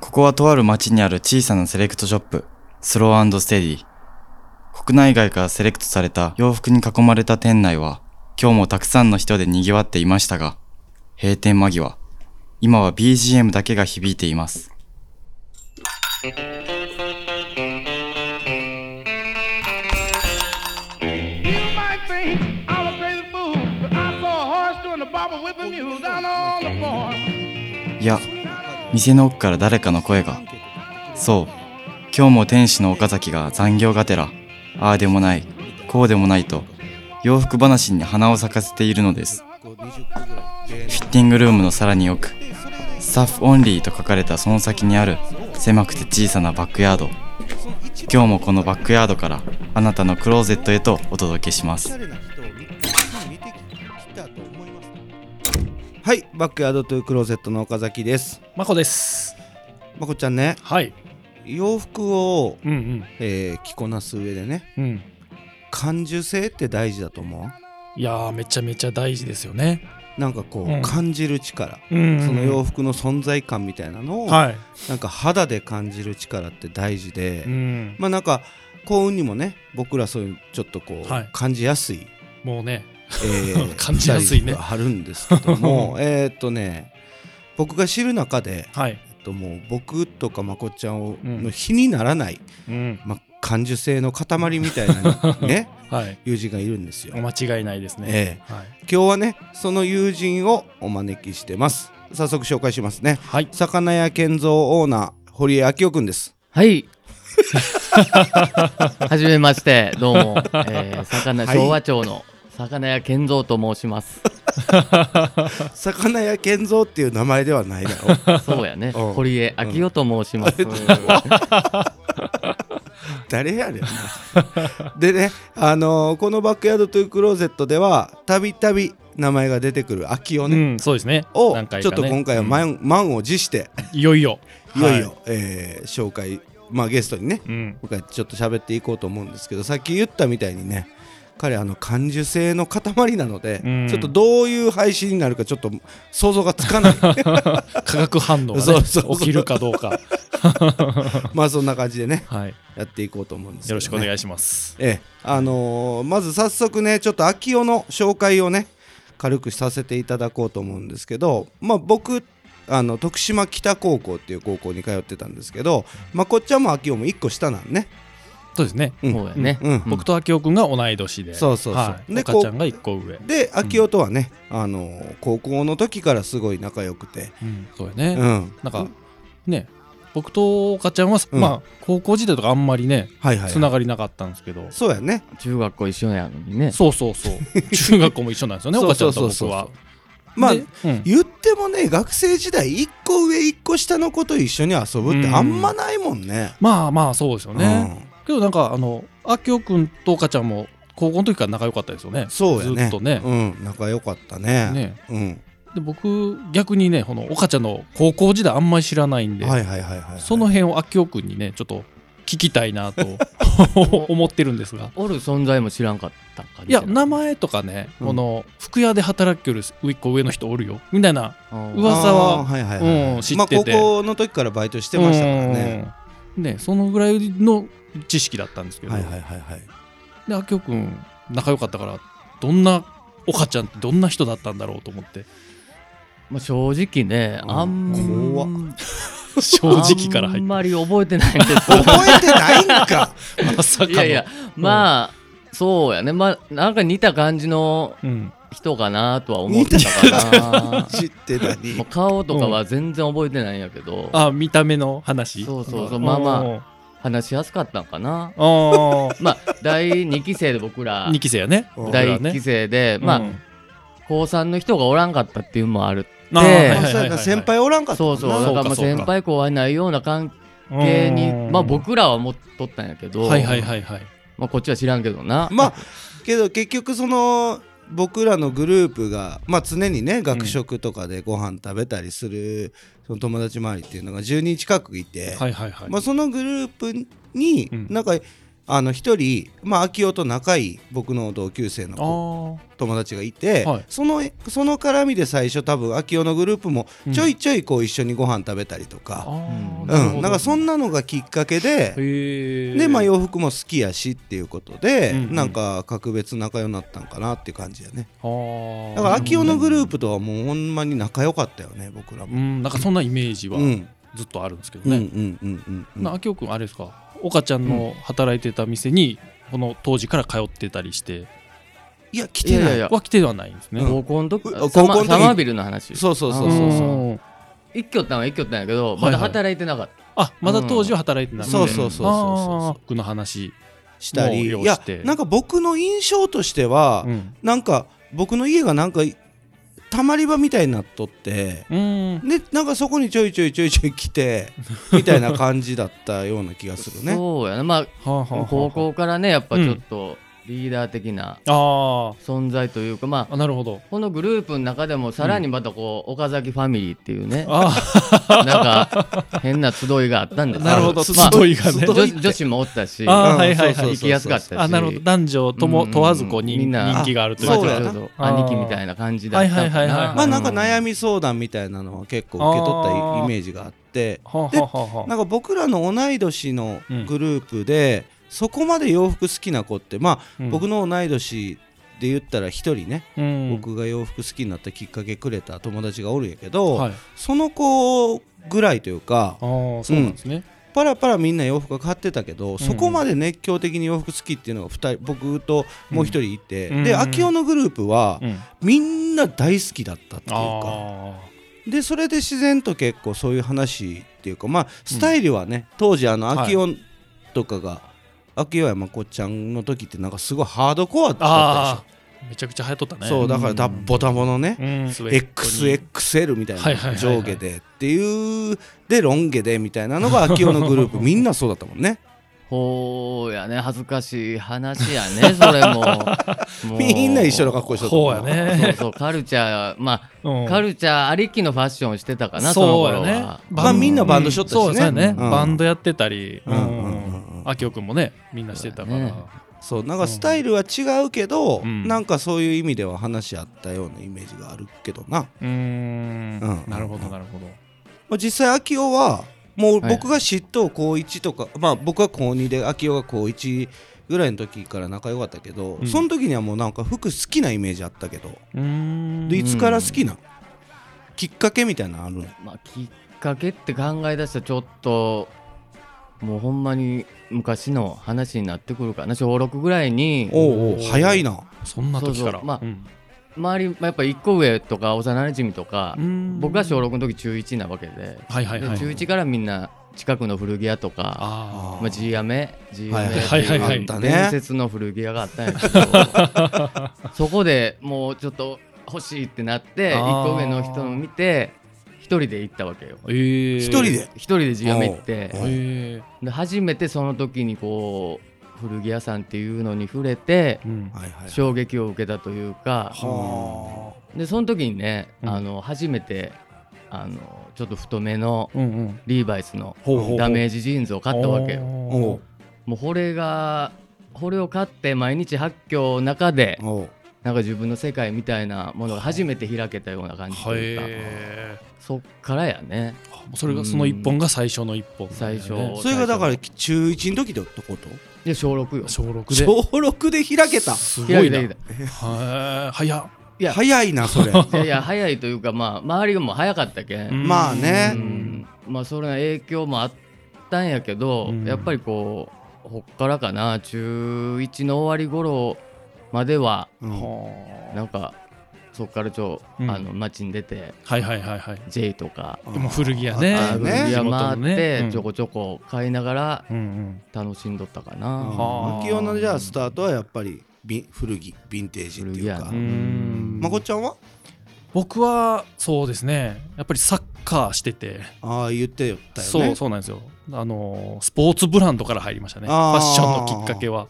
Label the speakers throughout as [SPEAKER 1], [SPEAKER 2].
[SPEAKER 1] ここはとある町にある小さなセレクトショップ、スローステディ。国内外からセレクトされた洋服に囲まれた店内は、今日もたくさんの人で賑わっていましたが、閉店間際、今は BGM だけが響いています。
[SPEAKER 2] You might think I'm a crazy fool, but I saw a horse doing the barber with a mule down on the farm.
[SPEAKER 1] いや、店の奥から誰かの声が。そう、今日も店主の岡崎が残業がてら、ああでもない、こうでもないと、洋服話に花を咲かせているのです。フィッティングルームのさらに奥、スタッフオンリーと書かれたその先にある狭くて小さなバックヤード。今日もこのバックヤードからあなたのクローゼットへとお届けしま
[SPEAKER 3] おしゃ
[SPEAKER 1] す。
[SPEAKER 3] れな人を見見てきたと思いますはいバックヤードというクローゼットの岡崎です
[SPEAKER 4] まこです。
[SPEAKER 3] まこちゃんね
[SPEAKER 4] はい。
[SPEAKER 3] 洋服を、
[SPEAKER 4] うん
[SPEAKER 3] えー着こなす上でね
[SPEAKER 4] うん。うん。
[SPEAKER 3] 感受性って大事だと思
[SPEAKER 4] いやー、めちゃめちゃ大事ですよね。
[SPEAKER 3] うなんかこう、
[SPEAKER 4] うん
[SPEAKER 3] 感じる力
[SPEAKER 4] うん
[SPEAKER 3] その洋服の存在感みたいなのを、
[SPEAKER 4] は
[SPEAKER 3] なんか肌で感じる力って大事で、
[SPEAKER 4] い。うん。
[SPEAKER 3] まあなんか幸運にもね僕らそういうちょっとこう、
[SPEAKER 4] はい
[SPEAKER 3] 感じやすい
[SPEAKER 4] もうね。
[SPEAKER 3] え
[SPEAKER 4] 感じやすい
[SPEAKER 3] サ
[SPEAKER 4] ね
[SPEAKER 3] イズがあるんですけど もえーっとね僕が知る中で、
[SPEAKER 4] はい。
[SPEAKER 3] えっと、もう僕とかまこっちゃんを
[SPEAKER 4] うん
[SPEAKER 3] の比にならない、
[SPEAKER 4] うん。
[SPEAKER 3] まあ、感受性の塊みたいな ね
[SPEAKER 4] はい。
[SPEAKER 3] 友人がいるんですよ。
[SPEAKER 4] 間違いないですね。
[SPEAKER 3] ええ
[SPEAKER 4] はい。
[SPEAKER 3] 今日はねその友人をお招きしてます早速紹介しますね
[SPEAKER 4] はい。
[SPEAKER 3] 魚屋健三オーナー堀江明夫くんです
[SPEAKER 5] はい。 はじめまして、どうも、えー、魚、
[SPEAKER 3] はい
[SPEAKER 5] 昭和町の魚屋健三と申します。
[SPEAKER 3] 魚屋健三っていう名前ではないだろう
[SPEAKER 5] そうやね、
[SPEAKER 3] うん
[SPEAKER 5] 堀江明夫と申します。
[SPEAKER 3] 誰やねんでねあのーこのバックヤードというクローゼットではたびたび名前が出てくる秋夫
[SPEAKER 4] う
[SPEAKER 3] ね、
[SPEAKER 4] ん、そうですね。
[SPEAKER 3] を
[SPEAKER 4] 何回
[SPEAKER 3] ち
[SPEAKER 4] か
[SPEAKER 3] ょっ
[SPEAKER 4] ね
[SPEAKER 3] と今回は満,、満を持して
[SPEAKER 4] うんいよいよ。
[SPEAKER 3] いよいよ、えー紹介、まあ、ゲストにね
[SPEAKER 4] はい。うん。
[SPEAKER 3] 僕はちょっと喋っていこうと思うんですけどさっき言ったみたいにね彼あの感受性の塊なので、
[SPEAKER 4] うん
[SPEAKER 3] ちょっとどういう配信になるかちょっと想像がつ かない
[SPEAKER 4] 化学反応が
[SPEAKER 3] そう
[SPEAKER 4] ね
[SPEAKER 3] そうそう
[SPEAKER 4] 起きるかどうか。
[SPEAKER 3] まあそんな感じでね
[SPEAKER 4] はい。
[SPEAKER 3] やっていこうと思うんですけど、ね、
[SPEAKER 4] よろしくお願
[SPEAKER 3] い
[SPEAKER 4] いします。
[SPEAKER 3] ええあのーまず早速ねちょっと秋代の紹介をね軽くさせていただこうと思うんですけどまあ僕あの徳島北高校っていう高校に通ってたんですけど、まあ、こっちはもう秋代も1個下なんね
[SPEAKER 4] そうですね。
[SPEAKER 3] うん
[SPEAKER 5] そうやね。
[SPEAKER 3] うん
[SPEAKER 4] 僕と明夫君が同い年で。
[SPEAKER 3] そうそうそう
[SPEAKER 4] はい
[SPEAKER 3] で
[SPEAKER 4] 赤ちゃんが一個上。
[SPEAKER 3] で秋夫とはね、あのー高校の時からすごい仲良くて、
[SPEAKER 4] うん。そうや
[SPEAKER 3] う
[SPEAKER 4] ね。
[SPEAKER 3] ん、
[SPEAKER 4] なんか、ね。僕と岡ちゃんは、
[SPEAKER 3] うん
[SPEAKER 4] まあ、高校時代とかあんまりね、
[SPEAKER 3] はいはい、
[SPEAKER 4] つながりなかったんですけど、
[SPEAKER 3] そうやね
[SPEAKER 5] 中学校一緒やのにね。
[SPEAKER 4] そうそ うそう。中学校も一緒なんですよね、
[SPEAKER 3] そう
[SPEAKER 4] 岡ち
[SPEAKER 3] そ
[SPEAKER 4] ゃ
[SPEAKER 3] うんそ
[SPEAKER 4] と
[SPEAKER 3] うそう
[SPEAKER 4] 僕は。
[SPEAKER 3] まあ
[SPEAKER 4] でうん
[SPEAKER 3] 言ってもね学生時代1個上1個下の子と一緒に遊ぶってあんまないもんね、
[SPEAKER 4] まあまあそうですよ
[SPEAKER 3] う
[SPEAKER 4] ね。
[SPEAKER 3] ん
[SPEAKER 4] けどなんかあの、あきおくんとかちゃんも高校の時から仲良かったですよね。
[SPEAKER 3] そうやね
[SPEAKER 4] ずっとね。
[SPEAKER 3] うん、仲良かったね
[SPEAKER 4] ね
[SPEAKER 3] うん、
[SPEAKER 4] で僕逆にね、この岡ちゃんの高校時代あんまり知らないんで、
[SPEAKER 3] はいはいはいはい
[SPEAKER 4] その辺をあきおくんにね、ちょっと聞きたい なと思ってるんですが。
[SPEAKER 5] おる存在も知らんかったんか
[SPEAKER 4] いや名前とかね、
[SPEAKER 3] うん
[SPEAKER 4] この服屋で働きよる一個上の人おるよみたいな
[SPEAKER 5] は
[SPEAKER 4] は噂
[SPEAKER 3] あーはいはいはい、
[SPEAKER 4] うん知
[SPEAKER 3] ま
[SPEAKER 4] っ
[SPEAKER 3] あ
[SPEAKER 4] て
[SPEAKER 3] 高
[SPEAKER 4] て
[SPEAKER 3] 校の時からバイトしてましたからね、
[SPEAKER 4] うんねそのぐらいの知識だったんですけど、
[SPEAKER 3] はいはいはいはい
[SPEAKER 4] で明夫君仲良かったからどんな岡ちゃんってどんな人だったんだろうと 思って
[SPEAKER 5] まあ、正直ね、
[SPEAKER 3] うん
[SPEAKER 5] あん
[SPEAKER 3] 怖っ
[SPEAKER 4] 正直から
[SPEAKER 5] あ
[SPEAKER 4] 入っ
[SPEAKER 5] ん
[SPEAKER 4] て
[SPEAKER 5] まり覚えてないんですけど
[SPEAKER 3] 覚えてないん か
[SPEAKER 4] まさかの
[SPEAKER 5] いやいや、まあ、そうやね。まあ、なんか似た感じの
[SPEAKER 4] うん、
[SPEAKER 5] 人かなとは思ってたかな。
[SPEAKER 3] 知って 何
[SPEAKER 5] もう顔とかは全然覚えてないんやけど、
[SPEAKER 4] あ見た目の話
[SPEAKER 5] そうそうそうまあまあ
[SPEAKER 4] あ
[SPEAKER 5] 話しやすかったんかな。
[SPEAKER 4] あ
[SPEAKER 5] まあ、第2期生で僕ら
[SPEAKER 4] 2、期生やね
[SPEAKER 3] うん
[SPEAKER 5] 第
[SPEAKER 4] 僕ら
[SPEAKER 5] 1期
[SPEAKER 4] ね
[SPEAKER 5] 生で、ま
[SPEAKER 4] う
[SPEAKER 5] あ、
[SPEAKER 4] ん
[SPEAKER 5] 高3の人がおらんかったっていうのもある。
[SPEAKER 4] あーはいはい
[SPEAKER 3] あ
[SPEAKER 4] はい
[SPEAKER 3] そう
[SPEAKER 4] は
[SPEAKER 3] や
[SPEAKER 4] い
[SPEAKER 3] な先輩おらんかった
[SPEAKER 5] そ
[SPEAKER 3] もん
[SPEAKER 5] う
[SPEAKER 3] な
[SPEAKER 5] そう、だから
[SPEAKER 4] そうかそうか
[SPEAKER 5] まあ先輩後輩ないような関係に、
[SPEAKER 4] うん
[SPEAKER 5] まあ僕らは持っとったんやけど、
[SPEAKER 4] はいはいはいはい
[SPEAKER 5] まあこっちは知らんけどな。
[SPEAKER 3] まあけど結局その僕らのグループが、まあ、常にね学食とかでご飯食べたりする、その友達周りっていうのが10人近くいて、
[SPEAKER 4] はいはいはい
[SPEAKER 3] まあ、そのグループに
[SPEAKER 4] うん
[SPEAKER 3] なんかあの一人、まあ、秋夫と仲いい僕の同級生の
[SPEAKER 4] あ
[SPEAKER 3] 子
[SPEAKER 4] ー
[SPEAKER 3] 友達がいて、
[SPEAKER 4] はい
[SPEAKER 3] そのその絡みで最初多分秋夫のグループも
[SPEAKER 4] うん
[SPEAKER 3] ちょいちょいこう一緒にご飯食べたりと
[SPEAKER 4] あ
[SPEAKER 3] か、
[SPEAKER 4] ー
[SPEAKER 1] うん
[SPEAKER 3] う
[SPEAKER 4] る
[SPEAKER 3] ん
[SPEAKER 4] ほど
[SPEAKER 3] なんかそんなのがきっかけで、
[SPEAKER 4] へえ
[SPEAKER 3] でまあ洋服も好きやしっていうことで、
[SPEAKER 4] うんうん
[SPEAKER 3] なんか格別仲良くなったんかなっていう感じやね
[SPEAKER 4] あ
[SPEAKER 3] だから
[SPEAKER 4] あ
[SPEAKER 3] 秋夫のグループとはもうほんまに仲良かったよね僕ら
[SPEAKER 4] う
[SPEAKER 3] も、
[SPEAKER 4] んなんかそんなイメージ
[SPEAKER 3] う
[SPEAKER 4] は
[SPEAKER 3] んうん
[SPEAKER 4] ずっとあるんですけど
[SPEAKER 3] うんう
[SPEAKER 4] ね、
[SPEAKER 3] んうんうん
[SPEAKER 4] なあきおくんあれですか岡ちゃんの働いてた店にこの当時から通ってたりして
[SPEAKER 3] いや来
[SPEAKER 5] い
[SPEAKER 3] て
[SPEAKER 5] やい
[SPEAKER 3] な
[SPEAKER 5] や
[SPEAKER 3] い
[SPEAKER 5] いや
[SPEAKER 4] は来てはないんですね、
[SPEAKER 5] 高校の時
[SPEAKER 3] う
[SPEAKER 5] あ
[SPEAKER 3] 高校の時
[SPEAKER 5] サマサマービルの話
[SPEAKER 3] そうそうそうそうそう
[SPEAKER 4] うん
[SPEAKER 5] 一挙ったんは一挙ったんやけど
[SPEAKER 4] はいは
[SPEAKER 5] ま
[SPEAKER 4] い
[SPEAKER 5] だ働いてなかった、
[SPEAKER 4] あまだ当時は働いてなくて、
[SPEAKER 3] そうそうそうそう
[SPEAKER 4] あー
[SPEAKER 3] そ
[SPEAKER 4] 僕の話、
[SPEAKER 3] うしたり
[SPEAKER 4] もう
[SPEAKER 3] い
[SPEAKER 4] 用意
[SPEAKER 3] や
[SPEAKER 4] して
[SPEAKER 3] なんか僕の印象としては、
[SPEAKER 4] うん、
[SPEAKER 3] なんか僕の家がなんかたまり場みたいになっとって
[SPEAKER 4] うん
[SPEAKER 3] でなんかそこにちょいちょいちょいちょい来 てみたいな感じだったような気がするね
[SPEAKER 5] そうやなまあ
[SPEAKER 4] はあはあはあ
[SPEAKER 5] 高校からねやっぱちょっとリーダー的な
[SPEAKER 4] あ
[SPEAKER 5] 存在というか、ま
[SPEAKER 4] ー
[SPEAKER 5] あ
[SPEAKER 4] あなるほど
[SPEAKER 5] このグループの中でもさらにまたこう、岡崎ファミリーっていうね
[SPEAKER 4] あ
[SPEAKER 5] なんか変な集いがあったんで
[SPEAKER 4] あ
[SPEAKER 5] す
[SPEAKER 4] なるほど
[SPEAKER 5] まあ
[SPEAKER 4] 集いがね
[SPEAKER 5] 女子女子もおったし
[SPEAKER 4] あ
[SPEAKER 5] 行
[SPEAKER 4] ー
[SPEAKER 3] うん
[SPEAKER 4] はいはいはい
[SPEAKER 3] そうそうそうそう
[SPEAKER 5] きやすかったし
[SPEAKER 4] あなるほど男女とも
[SPEAKER 5] うん
[SPEAKER 4] 問わずこう人,、
[SPEAKER 5] みんな
[SPEAKER 4] 人気があるというか
[SPEAKER 5] そう
[SPEAKER 3] や
[SPEAKER 5] そう
[SPEAKER 3] な
[SPEAKER 5] そう
[SPEAKER 4] あー
[SPEAKER 5] 兄貴みたいな感じだったのかな
[SPEAKER 4] はいはいはいはい
[SPEAKER 3] まあなんか
[SPEAKER 4] うん
[SPEAKER 3] 悩み相談みたいなのは結構受け取ったイイメージがあって
[SPEAKER 4] はあはあはあ
[SPEAKER 3] なんか僕らの同い年のグループで、そこまで洋服好きな子ってまあ、
[SPEAKER 4] うん
[SPEAKER 3] 僕の同い年で言ったら一人ね、
[SPEAKER 4] うん
[SPEAKER 3] 僕が洋服好きになったきっかけくれた友達がおるんやけど、
[SPEAKER 4] はい、
[SPEAKER 3] その子ぐらいというか
[SPEAKER 4] あーそうなんですね、
[SPEAKER 3] パラパラみんな洋服が買ってたけど、そこまで熱狂的に洋服好きっていうのが二人僕ともう一人いて、
[SPEAKER 4] うん
[SPEAKER 3] で
[SPEAKER 4] うん
[SPEAKER 3] 秋夫のグループは、
[SPEAKER 4] うん、
[SPEAKER 3] みんな大好きだったっていうか。
[SPEAKER 4] あ
[SPEAKER 3] でそれで自然と結構そういう話っていうかまあスタイルはね、当時あの
[SPEAKER 4] はい
[SPEAKER 3] 秋音とかが、秋音山子ちゃんの時ってなんかすごいハードコアだ
[SPEAKER 4] ー
[SPEAKER 3] った
[SPEAKER 4] あーめちゃくちゃ流行っとった
[SPEAKER 3] で
[SPEAKER 4] ね
[SPEAKER 3] しょ、そうだからダッボタボのね、
[SPEAKER 4] うん、XX
[SPEAKER 3] XXL みたい
[SPEAKER 4] はいはいはい
[SPEAKER 3] な
[SPEAKER 4] はい
[SPEAKER 3] 上下でっていうでロン毛でみたいなのが秋音のグルー プみんなそうだったもんね
[SPEAKER 5] ほうやね恥ずかしい話やね それももう
[SPEAKER 3] みんな一緒の格好してた
[SPEAKER 4] ほう
[SPEAKER 3] も
[SPEAKER 4] や
[SPEAKER 3] ん
[SPEAKER 5] そう
[SPEAKER 4] ね、
[SPEAKER 5] そうカルチャーま
[SPEAKER 4] う
[SPEAKER 5] あ
[SPEAKER 4] ん
[SPEAKER 5] カルチャーありきのファッションをしてたかなその
[SPEAKER 4] そうや
[SPEAKER 5] 頃
[SPEAKER 4] ね
[SPEAKER 5] は
[SPEAKER 3] まあみんなバンドしょったしね
[SPEAKER 4] そうやね、
[SPEAKER 3] うん
[SPEAKER 4] バンドやってたり
[SPEAKER 3] うんうんうんうん
[SPEAKER 4] あきおくんもねみんなしてたから、
[SPEAKER 5] そうやね
[SPEAKER 3] そうなんかスタイルは違うけど、
[SPEAKER 4] うん
[SPEAKER 3] なんかそういう意味では話し合ったようなイメージがあるけどな、
[SPEAKER 4] うー
[SPEAKER 3] う
[SPEAKER 4] ん
[SPEAKER 3] ん
[SPEAKER 4] なるほどなるほど
[SPEAKER 3] まあ、実際秋夫はもう
[SPEAKER 5] はい
[SPEAKER 3] 僕が嫉妬高1とか、まあ僕は高2で秋夫が高1ぐらいの時から仲良かったけど、
[SPEAKER 4] ん
[SPEAKER 3] その時にはもうなんか服好きなイメージあったけど、
[SPEAKER 4] うーん
[SPEAKER 3] で
[SPEAKER 5] ん
[SPEAKER 3] いつから好きな、きっかけみたいなのあるの
[SPEAKER 5] まあ、きっかけって考え出したらちょっともうほんまに昔の話になってくるかな小6ぐらいに
[SPEAKER 3] おうおう早いな
[SPEAKER 4] そんな時から
[SPEAKER 5] そうそうまあ
[SPEAKER 4] うん
[SPEAKER 5] 周り、まあ、やっぱ1個上とか幼馴染とか
[SPEAKER 4] うーん
[SPEAKER 5] 僕は小6の時中1なわけで,、
[SPEAKER 4] はいはいはい
[SPEAKER 5] で中1からみんな近くの古着屋とか
[SPEAKER 4] あ
[SPEAKER 5] まあ、G アメ G アメ
[SPEAKER 4] はいはいはい
[SPEAKER 5] ってう
[SPEAKER 3] はい
[SPEAKER 5] 伝説の古着屋があったんやけど そこでもうちょっと欲しいってなって
[SPEAKER 4] あー
[SPEAKER 5] 1個上の人の見て一人で行ったわけよ
[SPEAKER 4] ーええ
[SPEAKER 3] 一人で
[SPEAKER 5] 一人で G アメ行って
[SPEAKER 3] おうおう
[SPEAKER 4] え
[SPEAKER 5] で初めてその時にこう古着屋さんっていうのに触れ
[SPEAKER 4] え
[SPEAKER 5] て
[SPEAKER 4] うん
[SPEAKER 3] はいはい
[SPEAKER 5] 衝撃を受けたというか
[SPEAKER 3] は
[SPEAKER 5] でその時にね、
[SPEAKER 4] うん
[SPEAKER 5] あの初めてあのちょっと太めの
[SPEAKER 4] うんうん
[SPEAKER 5] リーバイスの
[SPEAKER 4] ほう
[SPEAKER 5] ダメージジーンズを買ったわけよ。
[SPEAKER 3] あ
[SPEAKER 4] お
[SPEAKER 3] お
[SPEAKER 4] う
[SPEAKER 3] う
[SPEAKER 5] もうこれがこれを買って毎日発狂の中で
[SPEAKER 3] おう
[SPEAKER 5] なんか自分の世界みたいなものが初めて開けたような感じと
[SPEAKER 4] は
[SPEAKER 5] いうか、
[SPEAKER 4] え
[SPEAKER 5] そっからやね
[SPEAKER 4] あもうそれがその一本が最初の一本だよ
[SPEAKER 5] 最
[SPEAKER 4] ね
[SPEAKER 5] 初
[SPEAKER 3] それがだから中1の時ってこと
[SPEAKER 5] で小6よ
[SPEAKER 4] 小6で
[SPEAKER 3] 小6で開けた
[SPEAKER 4] すごいな
[SPEAKER 5] 開けた
[SPEAKER 4] はい早っ
[SPEAKER 5] や
[SPEAKER 3] 早いなそ れ
[SPEAKER 5] いやいや早いというかまあ周りがもう早かったけん、
[SPEAKER 4] うん
[SPEAKER 3] まあね
[SPEAKER 5] うんまあそれの影響もあったんやけど、
[SPEAKER 4] うん
[SPEAKER 5] やっぱりこうほっからかな中1の終わり頃までは
[SPEAKER 3] うん
[SPEAKER 4] は
[SPEAKER 5] なんかそっからちょ、
[SPEAKER 4] うん
[SPEAKER 5] あの街に出て
[SPEAKER 4] あはいはいはいはい
[SPEAKER 5] J とか
[SPEAKER 3] あー
[SPEAKER 4] でも古着屋ね
[SPEAKER 3] あった
[SPEAKER 5] あ
[SPEAKER 3] よ
[SPEAKER 5] の
[SPEAKER 3] ね
[SPEAKER 5] いや
[SPEAKER 4] 地元の
[SPEAKER 5] 回っ
[SPEAKER 4] ねう
[SPEAKER 5] て
[SPEAKER 4] ん
[SPEAKER 5] ちょこちょこ買いながら
[SPEAKER 4] うんうん
[SPEAKER 5] 楽しんどったか
[SPEAKER 3] うん
[SPEAKER 5] な、
[SPEAKER 4] はあ
[SPEAKER 3] 秋夫のじゃあスタートはやっぱりビン古着ヴィンテージっていう
[SPEAKER 5] 古着
[SPEAKER 3] か
[SPEAKER 5] や
[SPEAKER 4] うーん
[SPEAKER 3] まこっちゃんは
[SPEAKER 4] 僕はそうですねやっぱりサッカーしてて、
[SPEAKER 3] ああ言ってよったよね
[SPEAKER 4] そうそうなんですよあのースポーツブランドから入りましたねフ
[SPEAKER 3] あー
[SPEAKER 4] ァッションのきっかけは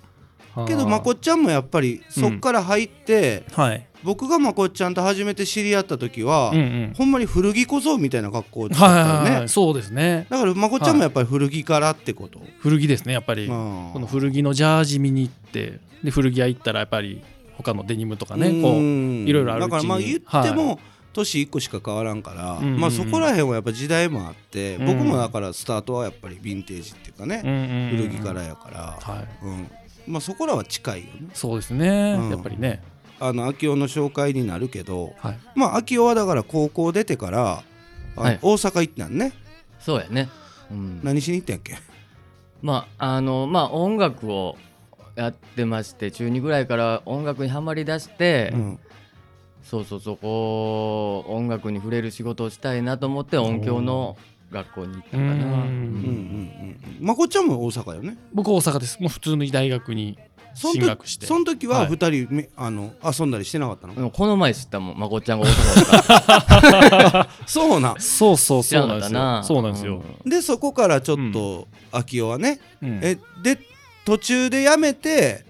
[SPEAKER 3] けどまこっちゃんもやっぱりそっから入って、
[SPEAKER 4] はい
[SPEAKER 3] 僕がまこっちゃんと初めて知り合った時は、
[SPEAKER 4] うんうん
[SPEAKER 3] ほんまに古着小僧みたいな格好だった
[SPEAKER 4] はい
[SPEAKER 3] よね、
[SPEAKER 4] はいはいそうですね
[SPEAKER 3] だからまこっちゃんもやっぱり古着からってこと、
[SPEAKER 4] 古着ですねやっぱり
[SPEAKER 3] まあ
[SPEAKER 4] この古着のジャージ見に行ってで古着屋行ったらやっぱり他のデニムとかねこう
[SPEAKER 3] い
[SPEAKER 4] いろいろあるうち
[SPEAKER 3] だから
[SPEAKER 4] に
[SPEAKER 3] まあ言っても、年1個しか変わらんから、
[SPEAKER 4] うんうん
[SPEAKER 3] まあ、そこら辺はやっぱ時代もあって、
[SPEAKER 4] うん
[SPEAKER 3] 僕もだからスタートはやっぱりヴィンテージっていうかね、古
[SPEAKER 4] 古
[SPEAKER 3] 着からやから、
[SPEAKER 4] はい
[SPEAKER 3] うんまあ、そこらは近いよね
[SPEAKER 4] そうですね、
[SPEAKER 3] うん
[SPEAKER 4] やっぱりね
[SPEAKER 3] あの秋夫の紹介になるけど
[SPEAKER 4] はい
[SPEAKER 3] まあ秋夫はだから高校出てからあ
[SPEAKER 5] はい
[SPEAKER 3] 大阪行ったんね
[SPEAKER 5] そうやね、うん、
[SPEAKER 3] 何しに行ったんやっけ
[SPEAKER 5] まああのまあ音楽をやってまして中2ぐらいから音楽にはまりだして、
[SPEAKER 3] うん
[SPEAKER 5] そうそうそうこう音楽に触れる仕事をしたいなと思って音響の学校に行ったかな、
[SPEAKER 4] うん
[SPEAKER 3] うんうんうんまこっちゃんも大阪よね
[SPEAKER 4] 僕大阪ですもう普通の大学に
[SPEAKER 3] そん
[SPEAKER 4] 進学して
[SPEAKER 3] その時は
[SPEAKER 4] はい
[SPEAKER 3] 2人め、あの遊んだりしてなかったの、
[SPEAKER 5] でもこの前知ったもんまこっちゃんが大阪だったか
[SPEAKER 3] そうなん
[SPEAKER 4] そうそう
[SPEAKER 5] ら知
[SPEAKER 4] そ
[SPEAKER 5] ら
[SPEAKER 4] う
[SPEAKER 5] なか
[SPEAKER 4] なんで
[SPEAKER 5] った
[SPEAKER 4] すよそ
[SPEAKER 5] な
[SPEAKER 4] うなんですよ、
[SPEAKER 3] でそこからちょっと秋夫はね、
[SPEAKER 4] うん
[SPEAKER 3] えで途中で辞めて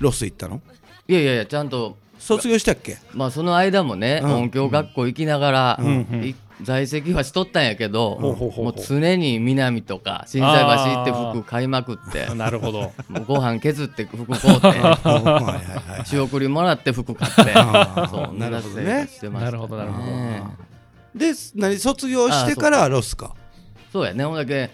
[SPEAKER 3] ロス行ったの
[SPEAKER 5] いやいやいやちゃんと
[SPEAKER 3] 卒業したっけ
[SPEAKER 5] まあその間もね、
[SPEAKER 3] うん
[SPEAKER 5] 音響学校行きながら、
[SPEAKER 4] うんうん
[SPEAKER 5] い在籍はしとったんやけど、
[SPEAKER 4] ほうほうほうほう
[SPEAKER 5] もう常に南とか心斎橋行って服買いまくって
[SPEAKER 4] なる ほど
[SPEAKER 5] もうご飯削って服買うて
[SPEAKER 3] はいはいはい
[SPEAKER 5] 仕送りもらって服買って
[SPEAKER 3] あー
[SPEAKER 5] そう
[SPEAKER 3] なるほどね
[SPEAKER 5] してまし
[SPEAKER 4] な
[SPEAKER 5] た
[SPEAKER 4] るほどなるほど
[SPEAKER 5] ね
[SPEAKER 3] で何卒業してからロスか
[SPEAKER 5] そうやねほんだけ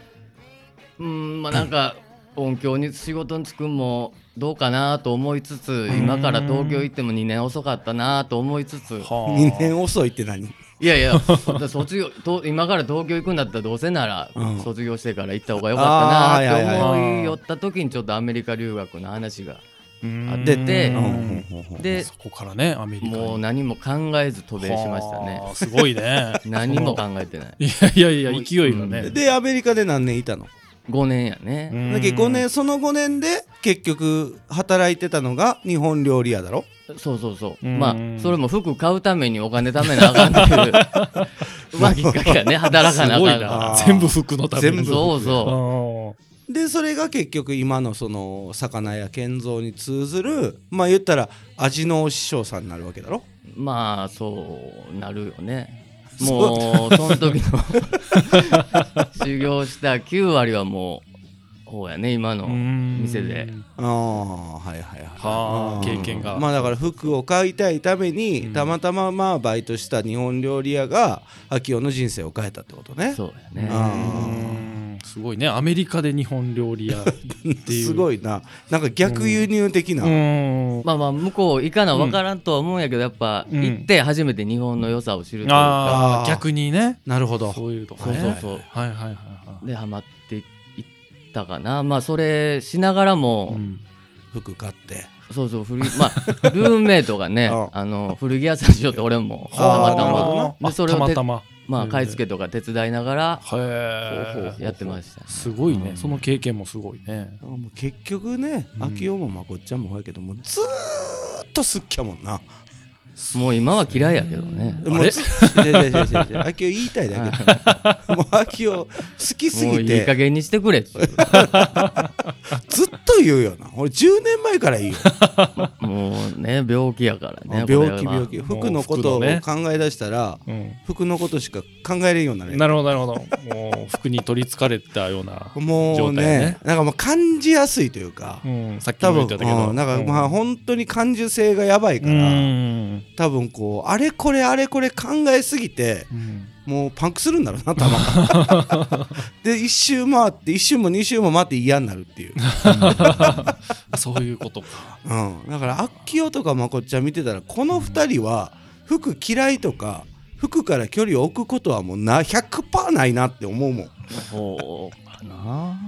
[SPEAKER 5] うんまあなんか音響に仕事に就くんもどうかなと思いつつ今から東京行っても2年遅かったなと思いつつ
[SPEAKER 4] は
[SPEAKER 3] 2年遅いって何
[SPEAKER 5] いやいやだ卒業と今から東京行くんだったらどうせなら、
[SPEAKER 3] うん
[SPEAKER 5] 卒業してから行った方が良かった
[SPEAKER 3] あーは
[SPEAKER 5] ないっ
[SPEAKER 3] いはい
[SPEAKER 5] て
[SPEAKER 4] はい
[SPEAKER 5] 思いよった時にちょっとアメリカ留学の話が
[SPEAKER 4] うん
[SPEAKER 5] 出て
[SPEAKER 4] う
[SPEAKER 5] うん
[SPEAKER 3] で
[SPEAKER 5] で
[SPEAKER 4] そこからねアメリカに
[SPEAKER 5] もう何も考えず渡米しました
[SPEAKER 4] は
[SPEAKER 5] ね
[SPEAKER 4] あすごいね
[SPEAKER 5] 何も考えてない
[SPEAKER 4] いやいやいや勢いがね、
[SPEAKER 3] でアメリカで何年いたの
[SPEAKER 5] 5年やね
[SPEAKER 4] うん
[SPEAKER 3] だけ5年その5年で結局働いてたのが日本料理屋だろ
[SPEAKER 5] そうそうそう
[SPEAKER 4] うん
[SPEAKER 5] まあそれも服買うためにお金貯めなあかんって いうまあきっかけやね働かなあ
[SPEAKER 4] すご
[SPEAKER 5] か
[SPEAKER 4] い
[SPEAKER 5] んか
[SPEAKER 4] な
[SPEAKER 3] あー
[SPEAKER 4] 全部服のために
[SPEAKER 5] ら
[SPEAKER 3] 全部
[SPEAKER 5] そう
[SPEAKER 4] あ
[SPEAKER 5] そ
[SPEAKER 4] ー
[SPEAKER 3] でそれが結局今のその魚屋健三に通ずるまあ言ったら味のお師匠さんになるわけだろ
[SPEAKER 5] うまあそうなるよねもうその時の 修行した9割はもうほうやね今の
[SPEAKER 4] うん
[SPEAKER 5] 店で
[SPEAKER 3] ああはいはいはい
[SPEAKER 4] はあ
[SPEAKER 3] うん
[SPEAKER 4] 経験が
[SPEAKER 3] まあだから服を買いたいために、たまたままあバイトした日本料理屋が秋夫の人生を変えたってことね
[SPEAKER 5] そうやね
[SPEAKER 3] あ
[SPEAKER 4] うんすごいねアメリカで日本料理 屋ってい
[SPEAKER 3] ー
[SPEAKER 4] う
[SPEAKER 3] すごいななんか逆輸入的な、
[SPEAKER 4] うん
[SPEAKER 5] まあまあ向こう行かな分からんとは思うんやけどやっぱ
[SPEAKER 4] うん
[SPEAKER 5] 行って初めて日本の良さを知るというか
[SPEAKER 4] あ
[SPEAKER 3] あー
[SPEAKER 4] あ逆にね
[SPEAKER 3] なるほど
[SPEAKER 4] そういうとこ
[SPEAKER 5] そう
[SPEAKER 4] ね
[SPEAKER 5] そうそう
[SPEAKER 4] はいはいはいはい
[SPEAKER 5] でハマっていったかなまあそれしながらも、
[SPEAKER 4] うん
[SPEAKER 3] 服買って
[SPEAKER 5] そうそう古着まあルームメイトがね
[SPEAKER 3] うん
[SPEAKER 5] あの古着屋さんしようって俺も た
[SPEAKER 3] あー
[SPEAKER 5] また
[SPEAKER 3] なるほど
[SPEAKER 5] ま
[SPEAKER 3] な
[SPEAKER 4] あ
[SPEAKER 5] でそれを
[SPEAKER 4] たま
[SPEAKER 5] て
[SPEAKER 4] たま
[SPEAKER 5] まあ買い付けとか手伝いながら
[SPEAKER 4] へえ
[SPEAKER 5] やってましたね
[SPEAKER 4] すごいね
[SPEAKER 5] うん
[SPEAKER 4] その経験もすごいね
[SPEAKER 3] あもう結局ね秋夫もまこっちゃんもほやけどもうずーっとすっきゃもんな
[SPEAKER 5] もう今は嫌いやけどね
[SPEAKER 3] もうずいやいやいやいやいや秋夫言いたいだけだ からもう秋夫好きす
[SPEAKER 5] もう
[SPEAKER 3] ぎ
[SPEAKER 5] いい加
[SPEAKER 3] て
[SPEAKER 5] 減にしてくれっていう
[SPEAKER 3] ずっと言うよな俺10年前から言うよ
[SPEAKER 5] もうね病気やからねこれ
[SPEAKER 3] 病
[SPEAKER 5] は
[SPEAKER 3] 気病気
[SPEAKER 4] もう
[SPEAKER 3] 服のことを
[SPEAKER 4] 服のね
[SPEAKER 3] 考え出したら
[SPEAKER 4] うん
[SPEAKER 3] 服のことしか考えれんようになるやん
[SPEAKER 4] なるほどなるほどもう服に取りつかれたような
[SPEAKER 3] もう
[SPEAKER 4] 状態
[SPEAKER 3] ね
[SPEAKER 4] ね
[SPEAKER 3] なんかもう感じやすいというか、
[SPEAKER 4] うんさっき
[SPEAKER 3] 多
[SPEAKER 4] も言
[SPEAKER 3] 分
[SPEAKER 4] ってたけど
[SPEAKER 3] うんなんかまあ本当に感受性がやばいから、
[SPEAKER 4] うん
[SPEAKER 3] 多分こうあれこれあれこれ考えすぎて
[SPEAKER 4] うん
[SPEAKER 3] もうパンクするんだろうな頭が で一周回って一周も二周も回って嫌になるっていう、
[SPEAKER 4] そうい うことか
[SPEAKER 3] うん、だからアッキオとかまこっちゃん見てたらこの二人は服嫌いとか服から距離を置くことはもうな100%ないなって思うもん
[SPEAKER 5] そうかな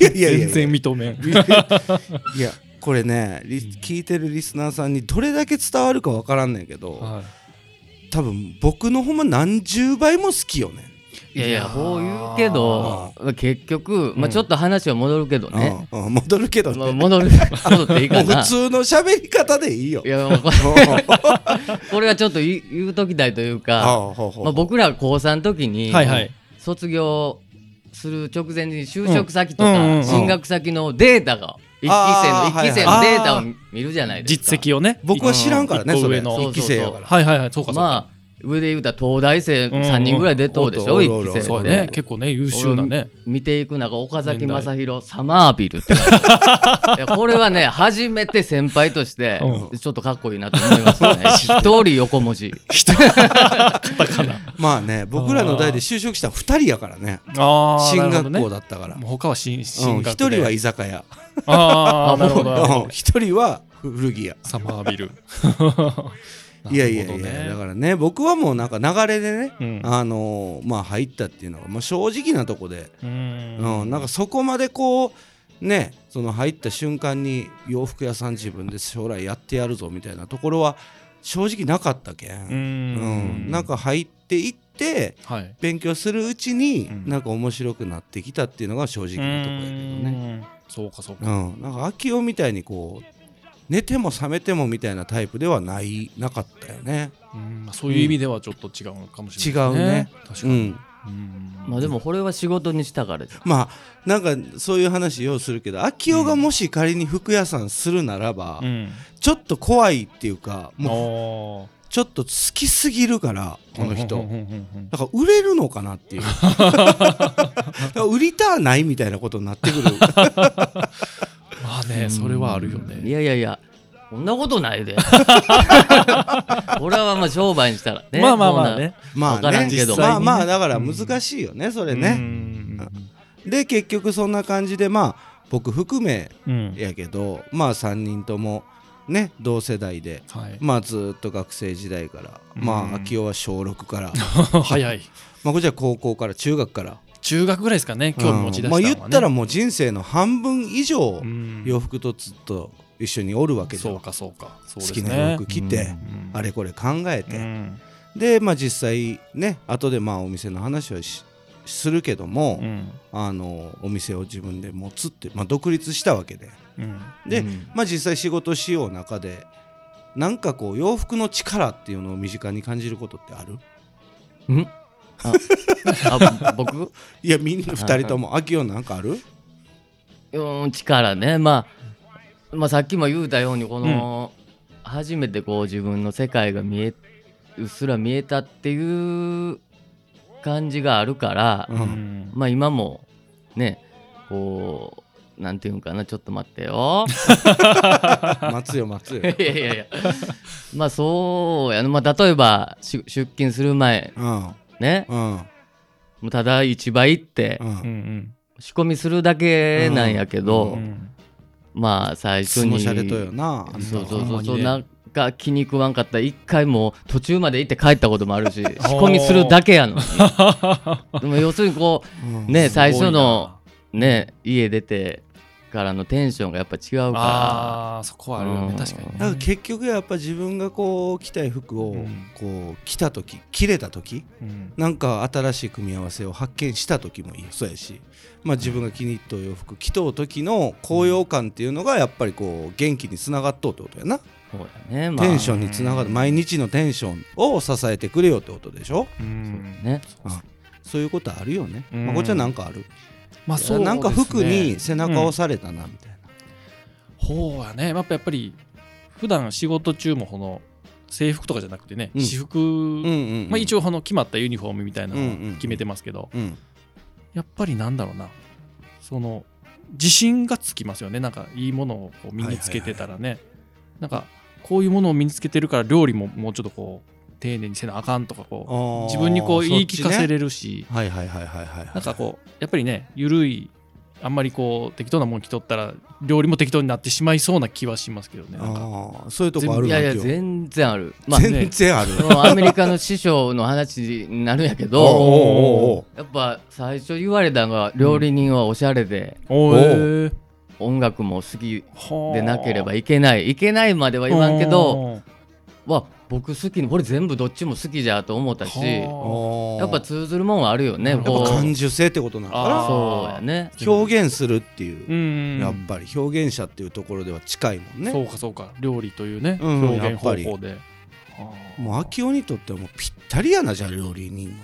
[SPEAKER 5] い
[SPEAKER 3] やいやいやいや
[SPEAKER 4] 全然認めん
[SPEAKER 3] いやこれねリ聞いてるリスナーさんにどれだけ伝わるかわからんねんけど
[SPEAKER 4] はい
[SPEAKER 3] 多分僕のほんま何十倍も好きよね。
[SPEAKER 5] いやいやこう言うけど結局まあちょっと話は戻るけどね、
[SPEAKER 3] うんうん戻るけどね、
[SPEAKER 5] まあ
[SPEAKER 3] も
[SPEAKER 5] 戻る戻っていいうかな
[SPEAKER 3] 普通の喋り方でいいよ
[SPEAKER 5] い。やもうこれこれはちょっと言い言うときたいというか、ま
[SPEAKER 3] 僕
[SPEAKER 5] あ、僕ら高3の時に、
[SPEAKER 4] はいはい
[SPEAKER 5] 卒業する直前に就職先と
[SPEAKER 4] うんうんうんう
[SPEAKER 5] か
[SPEAKER 4] ん
[SPEAKER 5] 進学先のデータが一期生
[SPEAKER 3] あ
[SPEAKER 5] の
[SPEAKER 3] ー
[SPEAKER 5] 一期生
[SPEAKER 3] は
[SPEAKER 5] の
[SPEAKER 3] いはい
[SPEAKER 5] データを見るじゃないですか
[SPEAKER 4] 実績をね
[SPEAKER 3] 僕は知らんからね
[SPEAKER 4] 一個
[SPEAKER 3] それ
[SPEAKER 4] 上の
[SPEAKER 3] 一期生やから
[SPEAKER 4] はいはいはいそうかそうか、
[SPEAKER 5] まあ上で言うたら東大生3人ぐらい出とうでし
[SPEAKER 3] うん
[SPEAKER 5] ょ、
[SPEAKER 3] うん
[SPEAKER 5] 一期生で
[SPEAKER 4] そうね結構ね優秀なね
[SPEAKER 5] 見ていく中岡崎雅宏サマービルって書いて あるいやこれはね初めて先輩として
[SPEAKER 4] う
[SPEAKER 5] ちょっとかっこいいなと思いますね 一人横文字
[SPEAKER 4] カタカナ
[SPEAKER 3] まあね僕らの代で就職した2人やからね
[SPEAKER 4] あー
[SPEAKER 3] 進
[SPEAKER 4] なるほど
[SPEAKER 3] 学
[SPEAKER 4] ね
[SPEAKER 3] 校だったから、
[SPEAKER 4] もう他は新
[SPEAKER 3] うん、
[SPEAKER 4] 進
[SPEAKER 3] 1
[SPEAKER 4] 学
[SPEAKER 3] 人は
[SPEAKER 4] 一
[SPEAKER 3] 居酒屋
[SPEAKER 4] ああなるほどなるほど
[SPEAKER 3] 1人は古着屋
[SPEAKER 4] サマービル
[SPEAKER 3] いやいやいや、だ
[SPEAKER 4] なるほどね
[SPEAKER 3] からね僕はもうなんか流れでね、
[SPEAKER 4] うん
[SPEAKER 3] あのーまあ入ったっていうのが、まあ、正直なとこで、う
[SPEAKER 4] う
[SPEAKER 3] ん
[SPEAKER 4] ん
[SPEAKER 3] なんかそこまでこうねその入った瞬間に洋服屋さん自分で将来やってやるぞみたいなところは正直なかったけ、
[SPEAKER 4] うん
[SPEAKER 3] うん
[SPEAKER 4] ん
[SPEAKER 3] なんか入っていって
[SPEAKER 4] はい
[SPEAKER 3] 勉強するうちに、
[SPEAKER 4] うん
[SPEAKER 3] なんか面白くなってきたっていうのが正直なとこやけどね
[SPEAKER 4] うんそうかそうか
[SPEAKER 3] うん、なんか秋夫みたいにこう寝ても覚めてもみたいなタイプではないなかったよね
[SPEAKER 4] うんまあそういう意味ではちょっと違うのかもしれ
[SPEAKER 3] 違
[SPEAKER 4] ないう
[SPEAKER 3] ね
[SPEAKER 4] 確
[SPEAKER 3] う
[SPEAKER 4] かに
[SPEAKER 3] ん
[SPEAKER 4] うん
[SPEAKER 5] まあでもこれは仕事にしたからです
[SPEAKER 3] まあなんかそういう話ようするけど秋夫がもし仮に服屋さんするならば、
[SPEAKER 4] うん
[SPEAKER 3] ちょっと怖いっていうかもう
[SPEAKER 4] も
[SPEAKER 3] ちょっと好きすぎるからこの人
[SPEAKER 4] う
[SPEAKER 3] だから売れるのかなっていう だから売りたないみたいなことになって くる
[SPEAKER 4] まあねそれはあるよ
[SPEAKER 5] い
[SPEAKER 4] ね
[SPEAKER 5] やいやいやこんなことないで俺はまあ商売にしたらね
[SPEAKER 4] まあまあまあね
[SPEAKER 3] ま
[SPEAKER 5] わ
[SPEAKER 3] あ
[SPEAKER 5] から
[SPEAKER 3] ね
[SPEAKER 5] んけど
[SPEAKER 3] まあまあだから難しいよねそれ
[SPEAKER 4] う
[SPEAKER 3] ね、
[SPEAKER 4] ん
[SPEAKER 3] で結局そんな感じでまあ僕含め
[SPEAKER 4] うん
[SPEAKER 3] やけどまあ3人ともね同世代で
[SPEAKER 4] はい
[SPEAKER 3] まあずーっと学生時代から、ま
[SPEAKER 4] うん
[SPEAKER 3] あ秋夫は小6から
[SPEAKER 4] 早い
[SPEAKER 3] まあこちら高校から中学から
[SPEAKER 4] 中学ぐらいですかね興味持ち出したの
[SPEAKER 3] う
[SPEAKER 4] は
[SPEAKER 3] んま
[SPEAKER 4] ね
[SPEAKER 3] あ言ったらもう人生の半分以上
[SPEAKER 4] うん
[SPEAKER 3] 洋服とずっと一緒におるわけじゃん
[SPEAKER 4] そうかそうかそう
[SPEAKER 3] 好
[SPEAKER 4] です
[SPEAKER 3] き
[SPEAKER 4] ね
[SPEAKER 3] な洋服着て、
[SPEAKER 4] うん
[SPEAKER 3] あれこれ考え
[SPEAKER 4] う
[SPEAKER 3] て、
[SPEAKER 4] ん
[SPEAKER 3] でまあ実際ね後でまあお店の話はしするけども、
[SPEAKER 4] うん
[SPEAKER 3] あのお店を自分で持つって、まあ、独立したわけで
[SPEAKER 4] うん
[SPEAKER 3] で、
[SPEAKER 1] うん
[SPEAKER 3] まあ実際仕事しよう中でなんかこう洋服の力っていうのを身近に感じることってある
[SPEAKER 5] あ僕
[SPEAKER 3] いやみんな2人とも秋夫なんかある
[SPEAKER 5] うーん力ね、まあ、まあさっきも言うたようにこの、初めてこう自分の世界が見えうっすら見えたっていう感じがあるから、
[SPEAKER 3] うん
[SPEAKER 4] うん
[SPEAKER 5] まあ今もねこうなんていうんかなちょっと待ってよ
[SPEAKER 3] 待つよ待つよ
[SPEAKER 5] い やいやいやまあそうやな、まあ、例えばし出勤する前
[SPEAKER 3] うん
[SPEAKER 5] ね
[SPEAKER 3] うん
[SPEAKER 5] もうただ市場行って
[SPEAKER 3] う
[SPEAKER 4] うん
[SPEAKER 3] ん
[SPEAKER 4] うん
[SPEAKER 5] 仕込みするだけなんやけど、
[SPEAKER 4] うん
[SPEAKER 5] まあ最初
[SPEAKER 3] 質
[SPEAKER 5] に
[SPEAKER 3] 問しゃれとよな
[SPEAKER 5] そうそう
[SPEAKER 4] ほん
[SPEAKER 5] そ
[SPEAKER 4] ま
[SPEAKER 5] う
[SPEAKER 4] に
[SPEAKER 5] そう
[SPEAKER 4] ね
[SPEAKER 5] なんか気に食わんかったら一回もう途中まで行って帰ったこともあるし仕込みするだけやのにでも要するにこうね
[SPEAKER 4] すごい
[SPEAKER 5] 最
[SPEAKER 4] な
[SPEAKER 5] 初のね家出てからのテンションがやっぱ違う
[SPEAKER 4] あ
[SPEAKER 5] か
[SPEAKER 4] ーそこはあるよ
[SPEAKER 5] う
[SPEAKER 4] ね
[SPEAKER 5] ん
[SPEAKER 4] 確かにね
[SPEAKER 3] だから結局やっぱ自分がこう着たい服を
[SPEAKER 4] うん
[SPEAKER 3] こう着た時着れた時
[SPEAKER 4] うん
[SPEAKER 3] なんか新しい組み合わせを発見した時もいいそうやし、まあ、自分が気に入ったお洋服着とう時の高揚感っていうのがやっぱりこう元気につながっとうってことやな、
[SPEAKER 5] らそうやねまあ
[SPEAKER 3] テンションにつながる毎日のテンションを支えてくれよってことでしょ
[SPEAKER 4] うん
[SPEAKER 5] ね
[SPEAKER 3] そういうことあるよね、
[SPEAKER 4] うん
[SPEAKER 3] まあ、こっちはなんかある
[SPEAKER 4] まあそうですね
[SPEAKER 3] なんか服に背中を押されたなみたいな、
[SPEAKER 4] ほうやねやっぱやっぱり普段仕事中もこの制服とかじゃなくてね
[SPEAKER 3] うん
[SPEAKER 4] 私服
[SPEAKER 3] うんうんうん
[SPEAKER 4] まあ一応この決まったユニフォームみたいな
[SPEAKER 3] うんうんう
[SPEAKER 4] の
[SPEAKER 3] ん
[SPEAKER 4] を決めてますけど
[SPEAKER 3] うん
[SPEAKER 4] やっぱりなんだろうなその自信がつきますよねなんかいいものをこう身につけてたらねなんかこういうものを身につけてるから料理ももうちょっとこう丁寧にせなあかんとかこう自分にこう言い聞かせ
[SPEAKER 3] る、
[SPEAKER 4] れるし
[SPEAKER 3] はいはいはいはいはいはい
[SPEAKER 4] なんかこうやっぱりね緩いあんまりこう適当なもん着とったら料理も適当になってしまいそうな気はしますけどねなんか
[SPEAKER 3] ああそういうとこある
[SPEAKER 5] い
[SPEAKER 3] な
[SPEAKER 5] やいや
[SPEAKER 3] 今日
[SPEAKER 5] 全然あるまあ
[SPEAKER 4] ね
[SPEAKER 3] 全然ある
[SPEAKER 5] そのアメリカの師匠の話になるんやけ
[SPEAKER 3] お
[SPEAKER 5] ど
[SPEAKER 3] おお
[SPEAKER 5] やっぱ最初言われたのが料理人はおしゃれで、
[SPEAKER 4] おー
[SPEAKER 5] 音楽も好き
[SPEAKER 4] はあ
[SPEAKER 5] でなければいけないいけないまでは言わんけど、
[SPEAKER 4] は
[SPEAKER 5] わ僕好きにこれ全部どっちも好きじゃと思ったしや
[SPEAKER 4] あ
[SPEAKER 3] おお
[SPEAKER 5] っぱ通ずるもんはあるよね
[SPEAKER 4] やっぱ
[SPEAKER 5] こう
[SPEAKER 3] 感受性ってことなのか
[SPEAKER 4] あ
[SPEAKER 3] な
[SPEAKER 5] そうやね
[SPEAKER 3] 表現するって
[SPEAKER 4] う
[SPEAKER 3] いう、
[SPEAKER 4] ん
[SPEAKER 3] やっぱり表現者っていうところでは近いもんね
[SPEAKER 4] そうかそうか料理というね、
[SPEAKER 3] うん
[SPEAKER 4] 表現方
[SPEAKER 3] やっ
[SPEAKER 4] 法で
[SPEAKER 3] もう秋夫にとってはもうぴったりやなじゃあ料理人は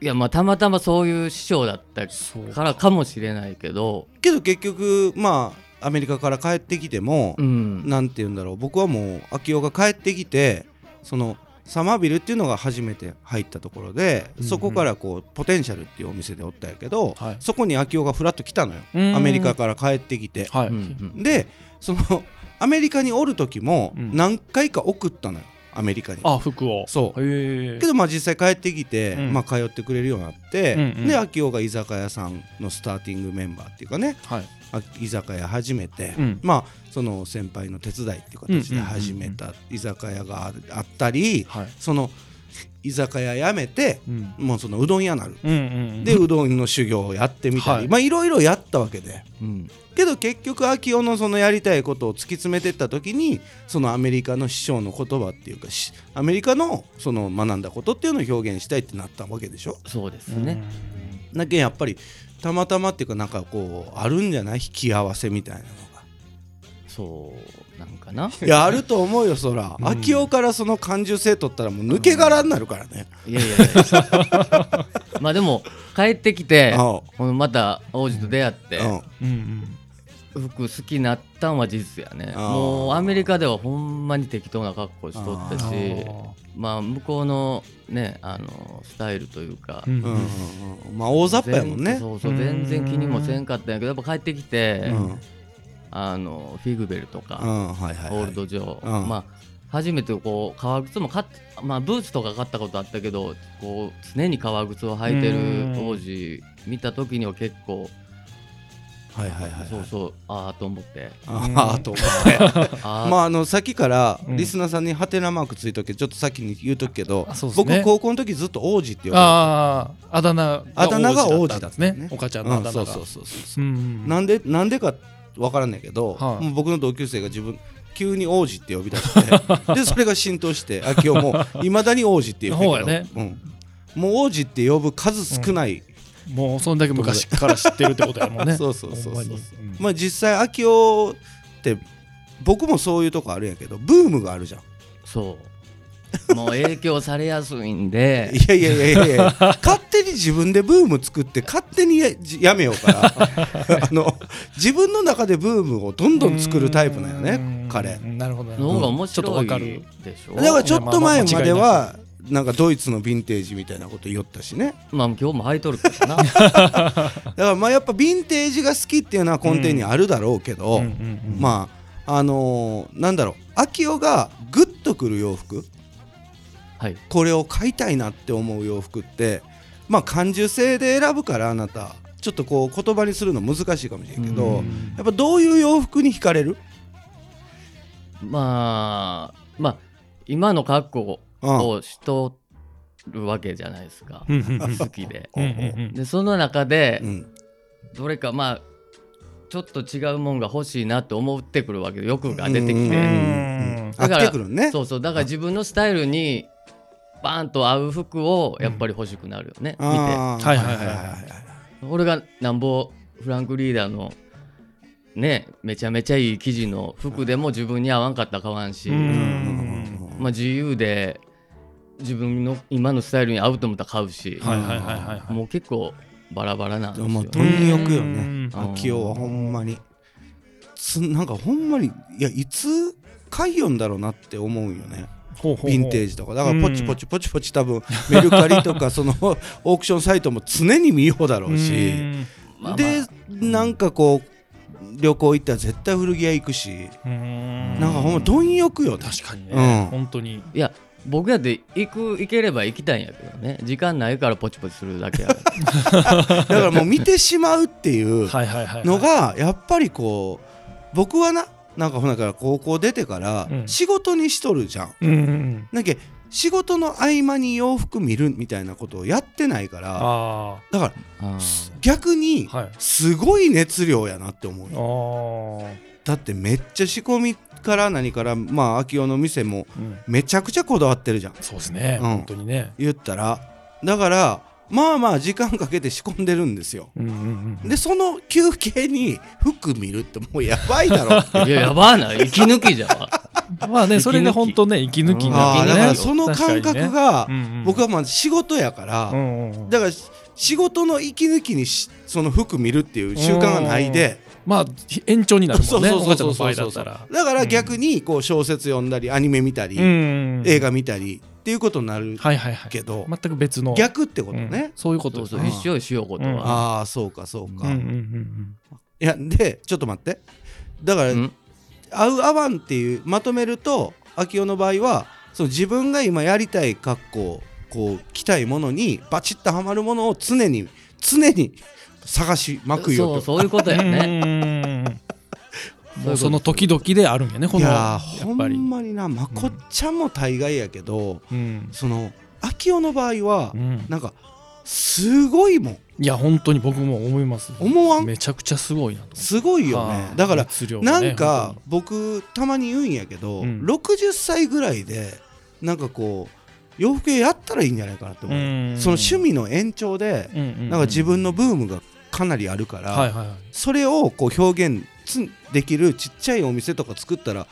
[SPEAKER 3] い
[SPEAKER 5] やまあたまたまそういう師匠だった
[SPEAKER 4] そう
[SPEAKER 5] からかもしれないけど
[SPEAKER 3] けど結局まあアメリカから帰ってきても
[SPEAKER 5] う、ん
[SPEAKER 3] なんて言うんだろう僕はもう秋代が帰ってきてそのサマービルっていうのが初めて入ったところで、
[SPEAKER 4] うんうん
[SPEAKER 3] そこからこうポテンシャルっていうお店でおったんやけど、
[SPEAKER 4] はい
[SPEAKER 3] そこに秋代がフラッと来たのよ
[SPEAKER 4] うん
[SPEAKER 3] アメリカから帰ってきて。
[SPEAKER 4] はい、
[SPEAKER 5] うん
[SPEAKER 3] でそのアメリカにおる時も
[SPEAKER 4] うん
[SPEAKER 3] 何回か送ったのよアメリカに。
[SPEAKER 4] あ服を
[SPEAKER 3] そう
[SPEAKER 4] へえ
[SPEAKER 3] けどまあ実際帰ってきて、
[SPEAKER 4] うん
[SPEAKER 3] まあ、通ってくれるようになって、
[SPEAKER 4] うんうん
[SPEAKER 3] で秋代が居酒屋さんのスターティングメンバーっていうかね
[SPEAKER 4] はい
[SPEAKER 3] あ居酒屋始めて、
[SPEAKER 4] うん
[SPEAKER 3] まあその先輩の手伝いっていう形で始めた居酒屋があるあったり
[SPEAKER 4] はい
[SPEAKER 3] その居酒屋辞めて
[SPEAKER 4] うん
[SPEAKER 3] もうそのうどん屋なる
[SPEAKER 4] うんうん
[SPEAKER 3] でうどんの修行をやってみたり、
[SPEAKER 4] はい
[SPEAKER 3] まあいろいろやったわけで
[SPEAKER 5] うん
[SPEAKER 3] けど結局秋夫のそのやりたいことを突き詰めてった時にそのアメリカの師匠の言葉っていうかしアメリカのその学んだことっていうのを表現したいってなったわけでしょ
[SPEAKER 5] そうです
[SPEAKER 4] うん
[SPEAKER 5] ね
[SPEAKER 3] だけんやっぱりたまたまっていうかなんかこうあるんじゃない引き合わせみたいなのが。
[SPEAKER 5] そうなんかない
[SPEAKER 3] やあると思うよそら
[SPEAKER 4] うん
[SPEAKER 3] 秋夫からその感受性取ったらもう抜け殻になるからね、
[SPEAKER 5] いやいやいやまあでも帰ってきて
[SPEAKER 3] あ
[SPEAKER 5] ほんまた王子と出会って
[SPEAKER 3] あうん
[SPEAKER 4] うんうん
[SPEAKER 5] 服好きになったんは事実やね
[SPEAKER 3] あー
[SPEAKER 5] もうアメリカではほんまに適当な格好しとった
[SPEAKER 4] あ
[SPEAKER 5] し
[SPEAKER 4] ー
[SPEAKER 5] まあ向こうのねあのスタイルというか
[SPEAKER 4] う
[SPEAKER 3] う
[SPEAKER 4] ん
[SPEAKER 3] んう
[SPEAKER 4] う
[SPEAKER 3] ん
[SPEAKER 4] ん
[SPEAKER 3] うんまあ大雑把やもん
[SPEAKER 5] 全
[SPEAKER 3] ね
[SPEAKER 5] そうそう
[SPEAKER 4] うん
[SPEAKER 5] 全然気にもせんかったんやけどやっぱ帰ってきて
[SPEAKER 3] うんうん
[SPEAKER 5] あのフィグベルとか
[SPEAKER 3] はいはいはい
[SPEAKER 5] オールドジョー、
[SPEAKER 3] うん
[SPEAKER 5] まあ初めてこう革靴も買っまあブーツとか買ったことあったけどこう常に革靴を履いて
[SPEAKER 4] うん
[SPEAKER 5] る当時見た時には結構
[SPEAKER 3] はいはいはい
[SPEAKER 5] そうそうああと思 って
[SPEAKER 3] ああと思って
[SPEAKER 5] あ ー
[SPEAKER 3] まああのさっきから
[SPEAKER 4] うん
[SPEAKER 3] リスナーさんにハテナマークついとけちょっと先に言うとくけど
[SPEAKER 4] あそうですね
[SPEAKER 3] 僕高校の時ずっと王子って言わ
[SPEAKER 4] あああだ名
[SPEAKER 3] あだ名が王子だったんです
[SPEAKER 4] す
[SPEAKER 3] ね
[SPEAKER 4] ねお母ちゃ
[SPEAKER 3] れて
[SPEAKER 4] んのあ
[SPEAKER 3] うん
[SPEAKER 4] だ
[SPEAKER 3] そ
[SPEAKER 4] 名
[SPEAKER 3] う
[SPEAKER 4] が
[SPEAKER 3] そうそうそううん
[SPEAKER 4] うん
[SPEAKER 3] なんでなんでかわからんねんけど
[SPEAKER 4] はい
[SPEAKER 3] もう僕の同級生が自分急に王子って呼び出して でそれが浸透して秋夫もいまだに王子って呼ぶ
[SPEAKER 4] ほうやね
[SPEAKER 3] うんもう王子って呼ぶ数少ない、
[SPEAKER 4] もうそんだけ昔から知ってるってことやもんね
[SPEAKER 3] そうそうそうそう
[SPEAKER 4] ほんまにん
[SPEAKER 3] まあ実際秋夫って僕もそういうとこあるんやけどブームがあるじゃん
[SPEAKER 5] そうもう影響されやすいんで
[SPEAKER 3] いやいやいやいやいや勝手に自分でブーム作って勝手にやじやめようから あの自分の中でブームをどんどん作るタイプなんよね彼
[SPEAKER 4] うんなるほどなる
[SPEAKER 5] の
[SPEAKER 4] ほ
[SPEAKER 5] 方が
[SPEAKER 4] ど
[SPEAKER 5] 面
[SPEAKER 4] ちょっと
[SPEAKER 5] 白
[SPEAKER 4] わ
[SPEAKER 5] い
[SPEAKER 4] かる
[SPEAKER 5] でしょ
[SPEAKER 3] だからちょっと前まで
[SPEAKER 4] まあ
[SPEAKER 3] はなんかドイツのヴィンテージみたいなこと言おったしね
[SPEAKER 5] まあ今日も履いとるけどな
[SPEAKER 3] だからまあやっぱヴィンテージが好きっていうのは根底にあるだろうけど、
[SPEAKER 4] うんうんうん
[SPEAKER 3] まああのーなんだろう秋代がグッとくる洋服
[SPEAKER 5] はい
[SPEAKER 3] これを買いたいなって思う洋服ってまあ感受性で選ぶからあなたちょっとこう言葉にするの難しいかもしれんけど、
[SPEAKER 4] うん
[SPEAKER 3] やっぱどういう洋服に惹かれる
[SPEAKER 5] まあまあ今の格好
[SPEAKER 3] うん
[SPEAKER 5] をしとるわけじゃないですか
[SPEAKER 4] うんうんうん
[SPEAKER 5] 好きで
[SPEAKER 4] うんうん
[SPEAKER 5] でその中で
[SPEAKER 3] うん
[SPEAKER 5] どれかまあちょっと違うもんが欲しいなって思ってくるわけよ欲が出てき
[SPEAKER 3] うんうんうん
[SPEAKER 5] て
[SPEAKER 4] うん
[SPEAKER 3] あ
[SPEAKER 5] だから
[SPEAKER 3] 来てくるね
[SPEAKER 5] そうそうだから自分のスタイルにバーンと合う服をやっぱり欲しくなるよね見て
[SPEAKER 3] あー
[SPEAKER 4] はいはいはいはい
[SPEAKER 5] 俺がなんぼフランクリーダーのねめちゃめちゃいい生地の服でも自分に合わんかったら買わんし
[SPEAKER 4] うん
[SPEAKER 3] うん
[SPEAKER 5] まあ自由で自分の今のスタイルに合うと思ったら買うし
[SPEAKER 4] はいはいはいはいはい
[SPEAKER 5] もう結構バラバラなんですよ
[SPEAKER 3] もうとによくよ
[SPEAKER 4] う
[SPEAKER 3] ね
[SPEAKER 4] ん
[SPEAKER 3] 秋代はほんまにつなんかほんまにいやいつ買いよんだろうなって思うよね
[SPEAKER 4] ほうほうほう
[SPEAKER 3] ヴィンテージとかだから
[SPEAKER 4] うん
[SPEAKER 3] ポチポチポチポチ多分メルカリとかそのオークションサイトも常に見ようだろうし
[SPEAKER 5] まあまあ
[SPEAKER 3] でなんかこう旅行行ったら絶対古着屋行くし
[SPEAKER 4] うんうん
[SPEAKER 3] なんかほんま貪欲よね
[SPEAKER 4] 確かに
[SPEAKER 3] うん
[SPEAKER 4] ね本当に
[SPEAKER 5] いや僕やって行く行ければ行きたいんやけどね時間ないからポチポチするだけやから
[SPEAKER 3] だからもう見てしまうっていう
[SPEAKER 4] はいはいはいはい
[SPEAKER 3] のがやっぱりこう僕はななんかほなから高校出てから
[SPEAKER 4] うん
[SPEAKER 3] 仕事にしとるじゃん。
[SPEAKER 4] うんうんうん
[SPEAKER 3] なんか仕事の合間に洋服見るみたいなことをやってないから
[SPEAKER 4] あ
[SPEAKER 3] だから
[SPEAKER 5] あ
[SPEAKER 3] 逆に
[SPEAKER 4] あはい
[SPEAKER 3] すごい熱量やなって思う
[SPEAKER 4] あ
[SPEAKER 3] よ
[SPEAKER 4] ー
[SPEAKER 3] だってめっちゃ仕込みから何からまあ秋代の店も
[SPEAKER 4] うん
[SPEAKER 3] めちゃくちゃこだわってるじゃん
[SPEAKER 4] そうですね
[SPEAKER 3] うん
[SPEAKER 4] 本当にね
[SPEAKER 3] 言ったらだからまあまあ時間かけて仕込んでるんですよ
[SPEAKER 4] うんうんうん
[SPEAKER 3] でその休憩に服見るってもうやばいだろ
[SPEAKER 5] いややばいな息抜きじゃん
[SPEAKER 4] まあね、それが本当ね、息抜き
[SPEAKER 3] あ
[SPEAKER 4] な
[SPEAKER 3] あ
[SPEAKER 4] ん
[SPEAKER 3] だ
[SPEAKER 4] ね
[SPEAKER 3] からその感覚、が、僕
[SPEAKER 4] は、
[SPEAKER 3] はまあ仕事やから、
[SPEAKER 4] うんうんうん
[SPEAKER 3] だからし仕事の息抜きにしその服見るっていう習慣がないで、
[SPEAKER 4] まあ、ひ延長になるもんね、
[SPEAKER 3] そう
[SPEAKER 4] お
[SPEAKER 3] そう
[SPEAKER 4] 母ちゃん
[SPEAKER 3] そ
[SPEAKER 4] の
[SPEAKER 3] うそう
[SPEAKER 4] 場合だ
[SPEAKER 3] そう
[SPEAKER 4] ったら。
[SPEAKER 3] だから逆にこう小説読んだりアニメ見たり、
[SPEAKER 4] うん
[SPEAKER 3] 映画見たりっていうことになる
[SPEAKER 4] はいはいはい。
[SPEAKER 3] けど、
[SPEAKER 4] 全く別の。
[SPEAKER 3] 逆ってこと
[SPEAKER 4] うん
[SPEAKER 3] ね、
[SPEAKER 4] そういうこと
[SPEAKER 5] そう
[SPEAKER 4] ですね
[SPEAKER 5] そう一緒よしようこと
[SPEAKER 4] うん
[SPEAKER 5] は、
[SPEAKER 3] ああそうかそうか、
[SPEAKER 4] うんうん
[SPEAKER 3] い
[SPEAKER 4] うん
[SPEAKER 3] やでちょっと待ってだから、
[SPEAKER 5] うん
[SPEAKER 3] 合う合わんっていうまとめると秋代の場合はその自分が今やりたい格好こう着たいものにバチッとはまるものを常に常に探しまくよ
[SPEAKER 5] そ
[SPEAKER 3] と
[SPEAKER 5] うそういうこと
[SPEAKER 4] う
[SPEAKER 5] や
[SPEAKER 4] んうん
[SPEAKER 5] ね
[SPEAKER 4] うんうん
[SPEAKER 5] ういうこと
[SPEAKER 4] もうその時々であるんやね、こ
[SPEAKER 3] い
[SPEAKER 4] の、
[SPEAKER 3] や
[SPEAKER 4] や
[SPEAKER 3] ー
[SPEAKER 4] っぱり
[SPEAKER 3] ほ。んまになまこっちゃんも大概やけど、
[SPEAKER 4] うん
[SPEAKER 3] その秋代の場合は、
[SPEAKER 4] うん
[SPEAKER 3] なんかすごいもん
[SPEAKER 4] いや、本当に僕も思います。
[SPEAKER 3] 思わん
[SPEAKER 4] めちゃくちゃすごいなと。
[SPEAKER 3] すごいよね、
[SPEAKER 4] はい
[SPEAKER 3] だから、
[SPEAKER 4] 熱量が
[SPEAKER 3] な
[SPEAKER 4] ね
[SPEAKER 3] んか僕たまに言うんやけど、
[SPEAKER 4] うん
[SPEAKER 3] 60歳ぐらいでなんかこう洋服屋やったらいいんじゃないかなって思う、
[SPEAKER 4] うん
[SPEAKER 3] その趣味の延長で、
[SPEAKER 4] 本当にううう
[SPEAKER 3] なんか自分のブームがかなりあるから、
[SPEAKER 4] はいはいはい
[SPEAKER 3] それをこう表現つできるちっちゃいお店とか作ったら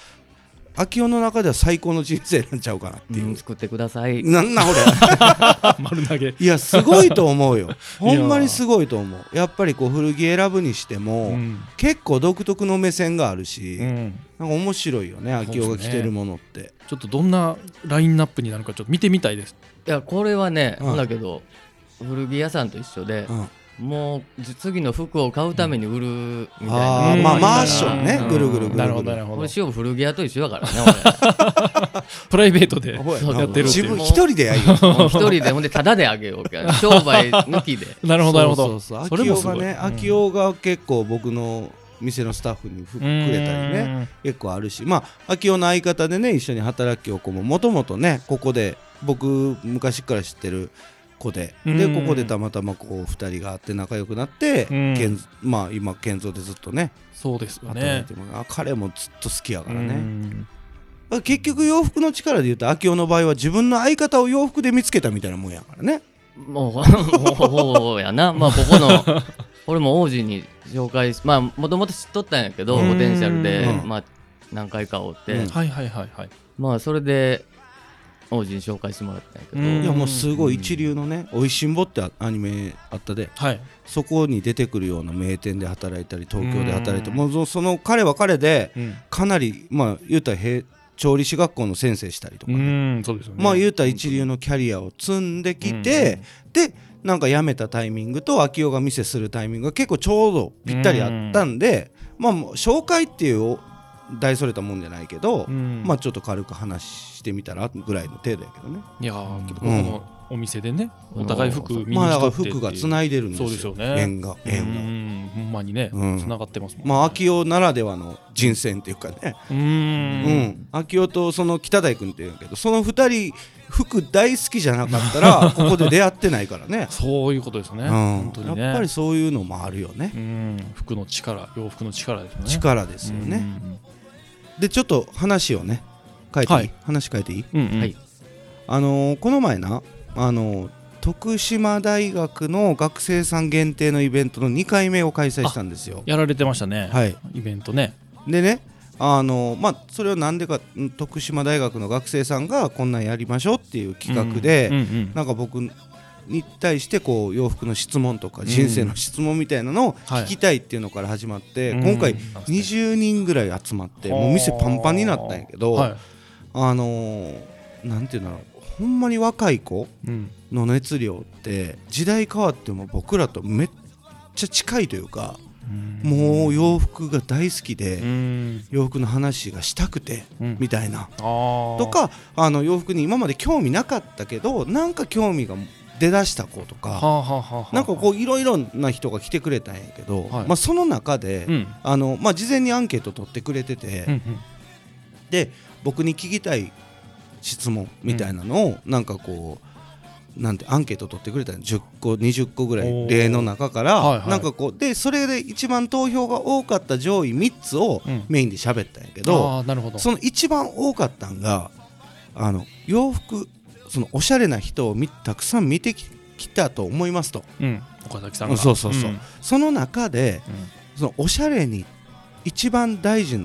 [SPEAKER 3] 秋代の中では最高の人生なんちゃうかなっていうう、
[SPEAKER 5] ん作ってください
[SPEAKER 3] なんなん俺
[SPEAKER 4] あ丸投げ
[SPEAKER 3] いやすごいと思う よほんまにすごいと思うやっぱりこう古着選ぶにしても、
[SPEAKER 4] うん
[SPEAKER 3] 結構独特の目線があるし、
[SPEAKER 4] うん
[SPEAKER 3] なんか面白いよね秋代が着てるものって、
[SPEAKER 4] ちょっとどんなラインナップになるかちょっと見てみたいです。
[SPEAKER 5] いやこれはね、
[SPEAKER 3] うん
[SPEAKER 5] だけど古着屋さんと一緒で、
[SPEAKER 3] うん、あ
[SPEAKER 5] もうじ次の服を買うために売るみたいな、
[SPEAKER 3] あーまあ
[SPEAKER 4] うん
[SPEAKER 3] マンションね
[SPEAKER 5] うん
[SPEAKER 3] ぐるぐるぐるぐる
[SPEAKER 4] なるほどなるほ
[SPEAKER 5] こ
[SPEAKER 4] ど
[SPEAKER 5] れ。塩古着屋と一緒だからね
[SPEAKER 4] プライベート で。
[SPEAKER 3] ほや
[SPEAKER 5] そう
[SPEAKER 3] な
[SPEAKER 5] やってる
[SPEAKER 3] 自分一人でやるよ
[SPEAKER 5] 俺もう一人でほんでタダであげようけ ど商売抜きで
[SPEAKER 4] なるほどなるほど。
[SPEAKER 3] そうそうそう
[SPEAKER 4] そ
[SPEAKER 3] 秋
[SPEAKER 4] れも
[SPEAKER 3] 代
[SPEAKER 4] すご
[SPEAKER 3] が
[SPEAKER 4] い
[SPEAKER 3] ね
[SPEAKER 4] うん
[SPEAKER 3] 秋代が結構僕の店のスタッフに服くれたりね。結構あるしまあ秋代の相方でね一緒に働きお子ももともとねここで僕昔から知ってる子でで
[SPEAKER 4] うん
[SPEAKER 3] ここでたまたまこう二人が会って仲良くなって
[SPEAKER 4] うん
[SPEAKER 3] けんまあ今健三でずっとね
[SPEAKER 4] そうですよ
[SPEAKER 3] 働い
[SPEAKER 4] ね。
[SPEAKER 3] ても、あ彼もずっと好きやからね、
[SPEAKER 4] うん
[SPEAKER 3] 結局洋服の力で言うと秋夫の場合は自分の相方を洋服で見つけたみたいなもんやからね
[SPEAKER 5] もうもうほうやなまあここの俺も王子に紹介しまあもともと知っとったんやけど
[SPEAKER 4] うん
[SPEAKER 5] ポテンシャルで
[SPEAKER 3] うん
[SPEAKER 5] まあ何回かおって、
[SPEAKER 3] うん
[SPEAKER 4] はいはいはいはい。
[SPEAKER 5] まあそれで王子に紹介してもらったんやけど、
[SPEAKER 4] うん
[SPEAKER 3] いやもうすごい一流のね「おいしんぼ」ってアニメあったで
[SPEAKER 4] はい。
[SPEAKER 3] そこに出てくるような名店で働いたり東京で働いて
[SPEAKER 4] うん
[SPEAKER 3] もうそその彼は彼で
[SPEAKER 4] うん
[SPEAKER 3] かなりまあ言うたらへ調理師学校の先生したりとか
[SPEAKER 4] う
[SPEAKER 3] ね
[SPEAKER 4] んそうですよね。
[SPEAKER 3] まあ言うたら一流のキャリアを積んできてでなんか辞めたタイミングと秋代が店するタイミングが結構ちょうどぴったりあったんでまあもう紹介っていうお大それたもんじゃないけど
[SPEAKER 4] うん
[SPEAKER 3] まあちょっと軽く話してみたらぐらいの程度やけどね
[SPEAKER 4] いやーけどこのお店でねお互い服見に
[SPEAKER 3] まあだ
[SPEAKER 4] 来
[SPEAKER 3] か
[SPEAKER 4] と
[SPEAKER 3] ら
[SPEAKER 4] ってっていう
[SPEAKER 3] 服がつないでるんですよ
[SPEAKER 4] そうですよね
[SPEAKER 3] 縁が
[SPEAKER 4] う
[SPEAKER 3] 縁が
[SPEAKER 4] んほんまにね
[SPEAKER 3] うん
[SPEAKER 4] 繋がってますもんね。
[SPEAKER 3] まあ秋代ならではの人選っていうかね
[SPEAKER 4] う
[SPEAKER 3] うんん秋代とその北大君っていうんやけどその二人服大好きじゃなかった らここで出会ってないからね
[SPEAKER 4] そういうことですね。
[SPEAKER 3] うん
[SPEAKER 4] 本当にね。
[SPEAKER 3] やっぱりそういうのもあるよね
[SPEAKER 4] うん服の力洋服の力ですよね。
[SPEAKER 3] 力ですよ
[SPEAKER 4] う
[SPEAKER 3] ね
[SPEAKER 4] ん
[SPEAKER 3] でちょっと話をね変えていい、
[SPEAKER 4] はい
[SPEAKER 3] 話変えていい
[SPEAKER 4] うんうん
[SPEAKER 5] はい
[SPEAKER 3] あのーこの前なあのー徳島大学の学生さん限定のイベントの2回目を開催したんですよ
[SPEAKER 4] やられてましたね、
[SPEAKER 3] はい
[SPEAKER 4] イベントね。
[SPEAKER 3] でねあのまあそれはなんでかん徳島大学の学生さんがこんなんやりましょうっていう企画で、
[SPEAKER 4] うんうん
[SPEAKER 3] なんか僕に対してこう洋服の質問とか人生の質問みたいなのを
[SPEAKER 4] はい
[SPEAKER 3] 聞きたいっていうのから始まって、
[SPEAKER 4] うん
[SPEAKER 3] 今回
[SPEAKER 4] うん
[SPEAKER 3] 20人ぐらい集まってもう店パンパンになったんやけど、
[SPEAKER 4] は
[SPEAKER 3] あのーなんていうんだろうほんまに若い子
[SPEAKER 4] いうん
[SPEAKER 3] の熱量って時代変わっても僕らとめっちゃ近いというかもう洋服が大好きで。
[SPEAKER 4] うん
[SPEAKER 3] 洋服の話がしたくて
[SPEAKER 4] うん
[SPEAKER 3] みたいな、
[SPEAKER 4] あー
[SPEAKER 3] とかあの洋服に今まで興味なかったけどなんか興味が出だした子と
[SPEAKER 4] は
[SPEAKER 3] か
[SPEAKER 4] あはあはあはあ
[SPEAKER 3] なんかこういろいろな人が来てくれたんやけど、
[SPEAKER 4] はい
[SPEAKER 3] まあ、その中で、
[SPEAKER 4] うん
[SPEAKER 3] あのまあ、事前にアンケート取ってくれてて、
[SPEAKER 4] うん
[SPEAKER 3] で僕に聞きたい質問みたいなのをなんかこう。なんてアンケート取ってくれたの10個20個ぐら
[SPEAKER 4] お
[SPEAKER 3] い
[SPEAKER 4] ー
[SPEAKER 3] 例の中から、
[SPEAKER 4] はいはい
[SPEAKER 3] なんかこうでそれで一番投票が多かった上位3つを
[SPEAKER 4] うん
[SPEAKER 3] メインで喋ったんやけ
[SPEAKER 4] うん
[SPEAKER 3] ど、
[SPEAKER 4] あーなるほど
[SPEAKER 3] その一番多かったんがあの洋服そのおしゃれな人をみたくさん見てききたと思いますと
[SPEAKER 4] うん岡崎さんが
[SPEAKER 3] そうそうそう、
[SPEAKER 4] ん
[SPEAKER 3] その中でそのおしゃれに一番大事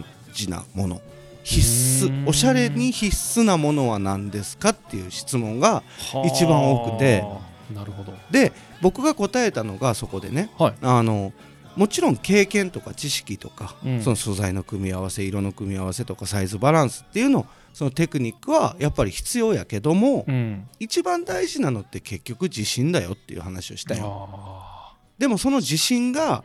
[SPEAKER 3] なもの必
[SPEAKER 4] うー
[SPEAKER 3] 須
[SPEAKER 4] ん
[SPEAKER 3] おしゃれに必須なものは何ですかっていう質問が一番多くて
[SPEAKER 4] はあなるほど
[SPEAKER 3] で僕が答えたのがそこでね
[SPEAKER 4] はい
[SPEAKER 3] あのもちろん経験とか知識とか、
[SPEAKER 4] うん
[SPEAKER 3] その素材の組み合わせ色の組み合わせとかサイズバランスっていうのそのテクニックはやっぱり必要やけども、
[SPEAKER 4] うん
[SPEAKER 3] 一番大事なのって結局自信だよっていう話をしたよ
[SPEAKER 4] あ
[SPEAKER 3] でもその自信が
[SPEAKER 4] ーうん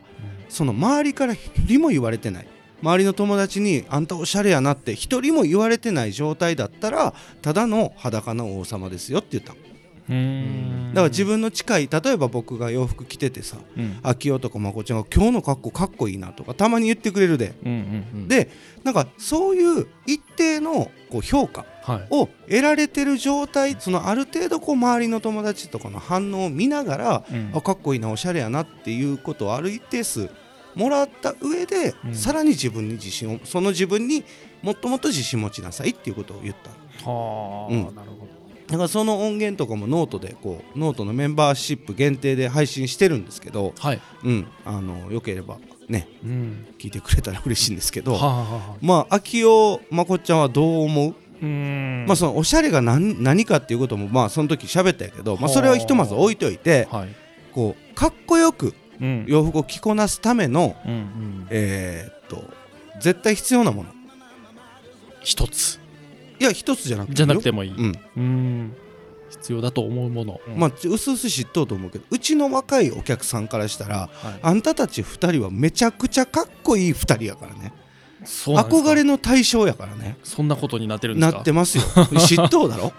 [SPEAKER 3] その周りから一人も言われてない周りの友達に「あんたおしゃれやな」って一人も言われてない状態だったらただの裸の王様ですよって言ったのだ
[SPEAKER 4] うーん
[SPEAKER 3] から自分の近い例えば僕が洋服着ててさ
[SPEAKER 4] うん
[SPEAKER 3] 秋代とかまこちゃんが「今日の格好かっこいいな」とかたまに言ってくれるで
[SPEAKER 4] うんうん
[SPEAKER 5] うん
[SPEAKER 3] でなんかそういう一定のこう評価
[SPEAKER 4] はい
[SPEAKER 3] を得られてる状態そのある程度こう周りの友達とかの反応を見ながら、
[SPEAKER 4] うん
[SPEAKER 3] あかっこいいなおしゃれやなっていうことをある一定数もらった上で、
[SPEAKER 4] うん
[SPEAKER 3] さらに自分に自信をその自分にもっともっと自信持ちなさいっていうことを言った
[SPEAKER 4] はあ、
[SPEAKER 3] うん
[SPEAKER 4] なるほど
[SPEAKER 3] だからその音源とかもノートでこうノートのメンバーシップ限定で配信してるんですけど、
[SPEAKER 4] はい
[SPEAKER 3] うん、あのよければね
[SPEAKER 4] うん
[SPEAKER 3] 聞いてくれたら嬉しいんですけど、
[SPEAKER 4] はあはあはあ
[SPEAKER 3] まあ秋代まこっちゃんはどう思う
[SPEAKER 4] うーん
[SPEAKER 3] まあ、そのおしゃれが何何かっていうこともまあその時喋ったんやけど、まあ、それはひとまず置いといて
[SPEAKER 4] はい
[SPEAKER 3] こうかっこよく
[SPEAKER 4] うん
[SPEAKER 3] 洋服を着こなすための、
[SPEAKER 4] う
[SPEAKER 5] うんん
[SPEAKER 3] えーっと絶対必要なもの
[SPEAKER 4] 一つ
[SPEAKER 3] いや一つじゃなくていい
[SPEAKER 4] じゃ
[SPEAKER 3] よ
[SPEAKER 4] なくてもいい
[SPEAKER 3] うん
[SPEAKER 4] うん必要だと思うもの
[SPEAKER 3] まあうすうす知っとうと思うけどうちの若いお客さんからしたら
[SPEAKER 4] はい
[SPEAKER 3] あんたたち2人はめちゃくちゃかっこいい2人やからね
[SPEAKER 4] そうなんですか
[SPEAKER 3] 憧れの対象やからね
[SPEAKER 4] そんなことになってるんですか
[SPEAKER 3] なって ますよ嫉妬だろ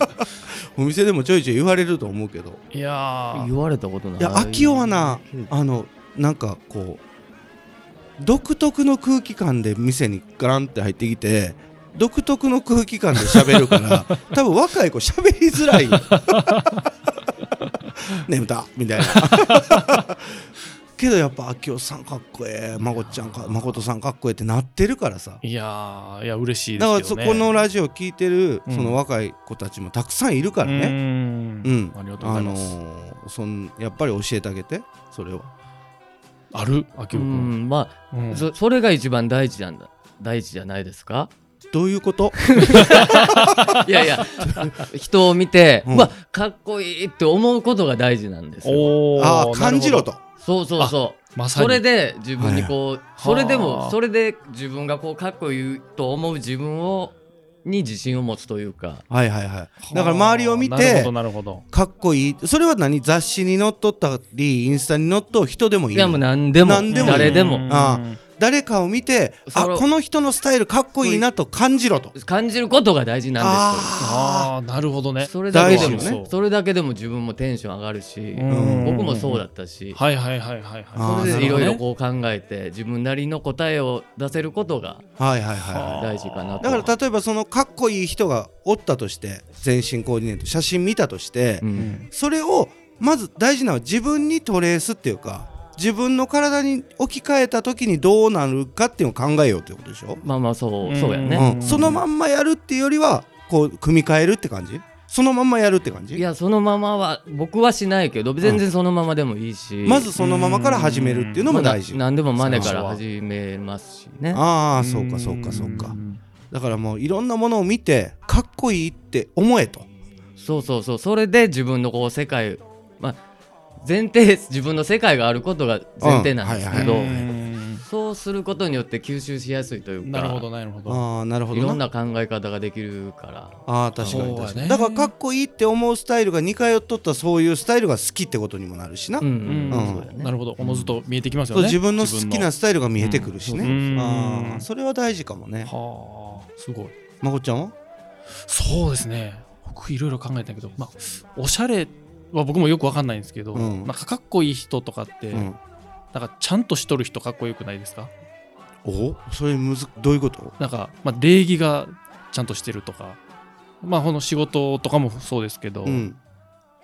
[SPEAKER 3] お店でもちょいちょい言われると思うけど
[SPEAKER 4] いやー
[SPEAKER 5] 言われたことない
[SPEAKER 3] いや秋代はなあのなんかこう独特の空気感で店にガランって入ってきて独特の空気感で喋るから 多分若い子喋りづらい眠たみたいな けどやっぱ秋代さんかっこええ孫ちゃんか誠さんかっこええってなってるからさ
[SPEAKER 4] いやーいや嬉しいで
[SPEAKER 3] だ
[SPEAKER 4] す
[SPEAKER 3] か
[SPEAKER 4] け
[SPEAKER 3] らそ
[SPEAKER 4] どね
[SPEAKER 3] このラジオ聞いてる
[SPEAKER 4] うん
[SPEAKER 3] その若い子たちもたくさんいるからね、
[SPEAKER 4] ね
[SPEAKER 3] うん、
[SPEAKER 4] ありがとうございます、
[SPEAKER 3] あのーそんやっぱり教えてあげてそれは
[SPEAKER 4] あるあき
[SPEAKER 5] う
[SPEAKER 4] おくん、
[SPEAKER 5] んま
[SPEAKER 4] うん
[SPEAKER 5] あそそれが一番大事なんだ大事じゃないですか
[SPEAKER 3] どういうこと
[SPEAKER 5] いやいや人を見て、
[SPEAKER 3] う
[SPEAKER 5] うんわかっこいいって思うことが大事なんですよ
[SPEAKER 4] おー
[SPEAKER 3] ああ
[SPEAKER 4] なるほど
[SPEAKER 3] 感じろと
[SPEAKER 5] そうそうそう
[SPEAKER 4] まさに
[SPEAKER 5] それで自分にこう、それで
[SPEAKER 4] はあ
[SPEAKER 5] もそれで自分がこうかっこいいと思う自分をに自信を持つというか
[SPEAKER 3] はいはいはい
[SPEAKER 4] は
[SPEAKER 3] だから周りを見
[SPEAKER 4] なるほ
[SPEAKER 3] て
[SPEAKER 4] どなるほど
[SPEAKER 3] かっこいいそれは何雑誌に載っとったりインスタに載っとう人でもいい
[SPEAKER 5] い
[SPEAKER 3] の
[SPEAKER 5] やもう何でも
[SPEAKER 3] 何でもいい
[SPEAKER 5] 誰で
[SPEAKER 4] うん
[SPEAKER 5] も
[SPEAKER 3] あ誰かを見てあ
[SPEAKER 5] それを
[SPEAKER 3] この人のスタイルかっこいいなと感じろと
[SPEAKER 5] 感じることが大事なんですよ
[SPEAKER 3] あ
[SPEAKER 4] あーなるほどね
[SPEAKER 5] それだけで
[SPEAKER 3] 大
[SPEAKER 5] も
[SPEAKER 3] 事よ
[SPEAKER 4] ね
[SPEAKER 5] それだけでも自分もテンション上がるし、
[SPEAKER 4] うん
[SPEAKER 5] 僕もそうだったし、
[SPEAKER 4] はいはいはいはい
[SPEAKER 3] あ
[SPEAKER 4] は
[SPEAKER 5] そ
[SPEAKER 3] ー
[SPEAKER 5] れでいろい
[SPEAKER 4] なる
[SPEAKER 5] ろ
[SPEAKER 4] ほ
[SPEAKER 5] こう考えて自分なりの答えを出せることが
[SPEAKER 3] ーはいはいはいは
[SPEAKER 4] はあー
[SPEAKER 5] 大事かなと
[SPEAKER 3] いだから例えばそのかっこいい人がおったとして全身コーディネート写真見たとして
[SPEAKER 5] う
[SPEAKER 4] い、うんん
[SPEAKER 3] それをまず大事なのは自分にトレースっていうか自分の体に置き換えた時にどうなるかっていうのを考えようということでしょ、
[SPEAKER 5] まあまあそう、
[SPEAKER 4] うん
[SPEAKER 5] そうや
[SPEAKER 3] う
[SPEAKER 5] ね、
[SPEAKER 3] んそのまんまやるっていうよりはこう組み替えるって感じそのまんまやるって感じ
[SPEAKER 5] いやそのままは僕はしないけど全然そのままでもいいし、
[SPEAKER 3] まずそのままから始めるっていうのも大事、
[SPEAKER 5] まあな何でも真似から始めますしね
[SPEAKER 3] ああそうかそうかそうかだからもういろんなものを見てかっこいいって思えと
[SPEAKER 5] そうそうそうそれで自分のこう世界まあ前提自分の世界があることが前提なんですけど、
[SPEAKER 3] うんはい
[SPEAKER 4] う
[SPEAKER 3] はい
[SPEAKER 4] ん
[SPEAKER 5] そうすることによって吸収しやすいというか
[SPEAKER 4] なるほどなるほど
[SPEAKER 3] ああなるほ
[SPEAKER 5] い
[SPEAKER 3] ど
[SPEAKER 5] ろん
[SPEAKER 3] な
[SPEAKER 5] な考え方ができるから
[SPEAKER 3] ああ確かに確
[SPEAKER 4] そう
[SPEAKER 3] か
[SPEAKER 4] や
[SPEAKER 3] に
[SPEAKER 4] ね
[SPEAKER 3] だからかっこいいって思うスタイルが似通っとったそういうスタイルが好きってことにもなるしな、
[SPEAKER 5] うん
[SPEAKER 4] う
[SPEAKER 5] うん、
[SPEAKER 3] うん
[SPEAKER 5] そうだね
[SPEAKER 4] なるほどおのずと見えてきますよ
[SPEAKER 3] そう
[SPEAKER 4] ね
[SPEAKER 3] 自分の好きなスタイルが見えてくるしね、
[SPEAKER 4] うん
[SPEAKER 3] あ
[SPEAKER 4] う
[SPEAKER 3] あ
[SPEAKER 4] ん
[SPEAKER 3] それは大事かもね
[SPEAKER 4] はあすごい
[SPEAKER 3] まこちゃんは
[SPEAKER 4] そうですね僕いろいろ考えたけど、まあ、おしゃれは僕もよくわかんないんですけど、
[SPEAKER 3] うん
[SPEAKER 4] なんかかっこいい人とかって、
[SPEAKER 3] うん
[SPEAKER 4] なんかちゃんとしとる人かっこよくないですか
[SPEAKER 3] おそれむずどういうこと
[SPEAKER 4] なんか、まあ、礼儀がちゃんとしてるとか、まあ、この仕事とかもそうですけど、
[SPEAKER 3] うん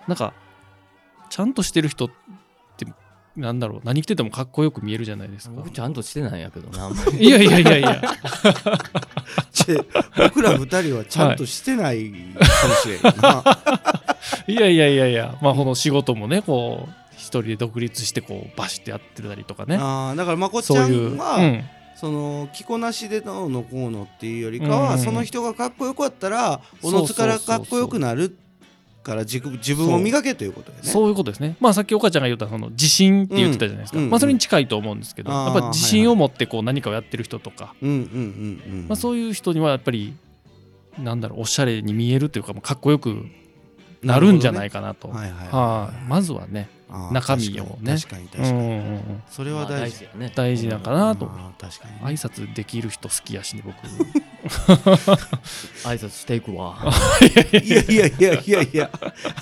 [SPEAKER 4] なんかちゃんとしてる人ってなんだろう何着ててもかっこよく見えるじゃな いですか
[SPEAKER 5] 僕ちゃんとしてないんやけどなあんまり
[SPEAKER 4] いやいやいやいや
[SPEAKER 3] ち僕ら二人はちゃんとしてないかもしれんな、
[SPEAKER 4] いやいやいやいやまあこの仕事もねこう一人で独立してこうバシってやってたりとかね
[SPEAKER 3] あーだからまこち
[SPEAKER 4] そう
[SPEAKER 3] ゃ
[SPEAKER 4] いうん
[SPEAKER 3] は
[SPEAKER 4] ん
[SPEAKER 3] その着こなしでどうのこうのっていうよりかは、
[SPEAKER 4] うん
[SPEAKER 3] その人がかっこよかったらおのずからかっこよくなるから自分自分を磨けということでね。
[SPEAKER 4] そういうことですね。まあさっき岡ちゃんが言ったその自信って言ってたじゃないですか。
[SPEAKER 3] うんうん
[SPEAKER 4] まあそれに近いと思うんですけど、
[SPEAKER 3] あー
[SPEAKER 4] やっぱ自信を持ってこう何かをやってる人とか、
[SPEAKER 3] うんうんうんうん。
[SPEAKER 4] まあそういう人にはやっぱりなんだろうおしゃれに見えるというか、まあかっこよくなるんじゃないかなと。
[SPEAKER 3] なるほどねはいはい
[SPEAKER 4] はいまずはね。
[SPEAKER 3] あー
[SPEAKER 4] 中身をね
[SPEAKER 3] 確かに確
[SPEAKER 4] うん
[SPEAKER 3] か
[SPEAKER 4] う
[SPEAKER 3] に。
[SPEAKER 4] んうん。
[SPEAKER 3] それ
[SPEAKER 5] ま
[SPEAKER 3] は
[SPEAKER 5] あ
[SPEAKER 3] 大
[SPEAKER 5] 大
[SPEAKER 3] 事。
[SPEAKER 5] 事よね
[SPEAKER 4] 大事なかなと。
[SPEAKER 3] あー確かに
[SPEAKER 4] 挨拶できる人好きやしね僕。
[SPEAKER 5] 挨拶していくわ
[SPEAKER 3] いやいやいやいやいや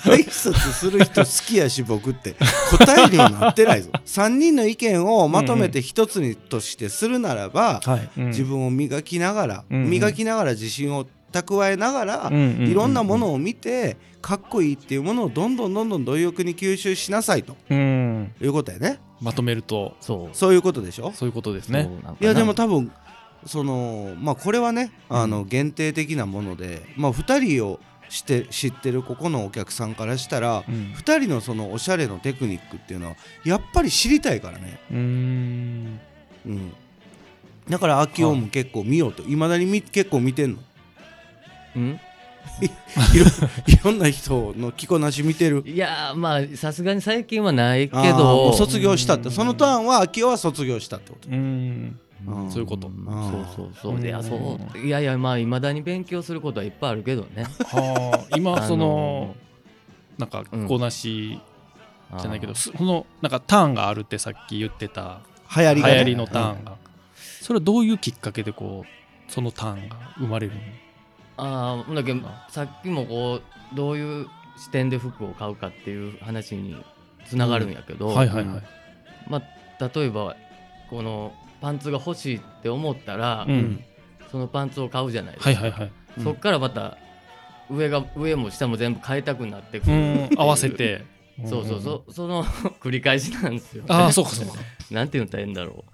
[SPEAKER 3] 挨拶する人好きやし僕って答えにはなってないぞ3人の意見をまとめて一つにとしてするならば、
[SPEAKER 4] はい。
[SPEAKER 3] 自分を磨きながら、
[SPEAKER 4] うんうん
[SPEAKER 3] 磨きながら自信を蓄えながら、いろんなものを見てかっこいいっていうものをどんどんどんどん貪欲に吸収しなさいと
[SPEAKER 4] うんうん
[SPEAKER 3] いうことやね
[SPEAKER 4] まとめると
[SPEAKER 5] そう
[SPEAKER 3] そういうことでしょ
[SPEAKER 4] そういうことです
[SPEAKER 5] そ
[SPEAKER 4] ね。
[SPEAKER 5] うなんか
[SPEAKER 3] いやでも多分そのまあこれはねあの限定的なもので、まあ2人をして知ってるここのお客さんからしたら、
[SPEAKER 4] うん
[SPEAKER 3] 2人のそのおしゃれのテクニックっていうのはやっぱり知りたいからね、
[SPEAKER 4] うーん。
[SPEAKER 3] うん、だから秋夫も結構見ようといまだに見結構見てん の
[SPEAKER 5] うん
[SPEAKER 3] いろいろんな人の着こなし見てる
[SPEAKER 5] いやーまあさすがに最近はないけ
[SPEAKER 3] あーも
[SPEAKER 5] ど
[SPEAKER 3] う卒業したって
[SPEAKER 4] うん
[SPEAKER 3] そのターンは秋夫は卒業したってこと
[SPEAKER 4] うーん。
[SPEAKER 3] うん
[SPEAKER 4] そういうこと
[SPEAKER 5] ん
[SPEAKER 3] あ
[SPEAKER 5] そ
[SPEAKER 3] ー
[SPEAKER 5] うそうそういやそ
[SPEAKER 4] うん
[SPEAKER 5] ういやいやまあいまだに勉強することはいっぱいあるけどね
[SPEAKER 4] はあ。今
[SPEAKER 5] あのー
[SPEAKER 4] そのなんか着こなしじゃないけど、すそのなんかターンがあるってさっき言ってた
[SPEAKER 3] 流行
[SPEAKER 4] 流
[SPEAKER 3] りが、ね、
[SPEAKER 4] 行りのターンが、それはどういうきっかけでこうそのターンが生まれるの
[SPEAKER 5] あーあーほんだけどさっきもこうどういう視点で服を買うかっていう話につながるんやけど、
[SPEAKER 4] はいはいはい。
[SPEAKER 5] まあ、例えばこのパンツが欲しいって思ったら、
[SPEAKER 4] うん。
[SPEAKER 5] そのパンツを買うじゃないですか、
[SPEAKER 4] はいはいはい。
[SPEAKER 3] うん
[SPEAKER 5] そっからまた上が上も下も全部変えたくなってく
[SPEAKER 4] う
[SPEAKER 5] る、
[SPEAKER 4] ん。合わ せて。
[SPEAKER 5] そうそうそうその 繰り返しなんですよ、ね、
[SPEAKER 4] ああそうかそうか。
[SPEAKER 5] なんて言ったらいいんだろ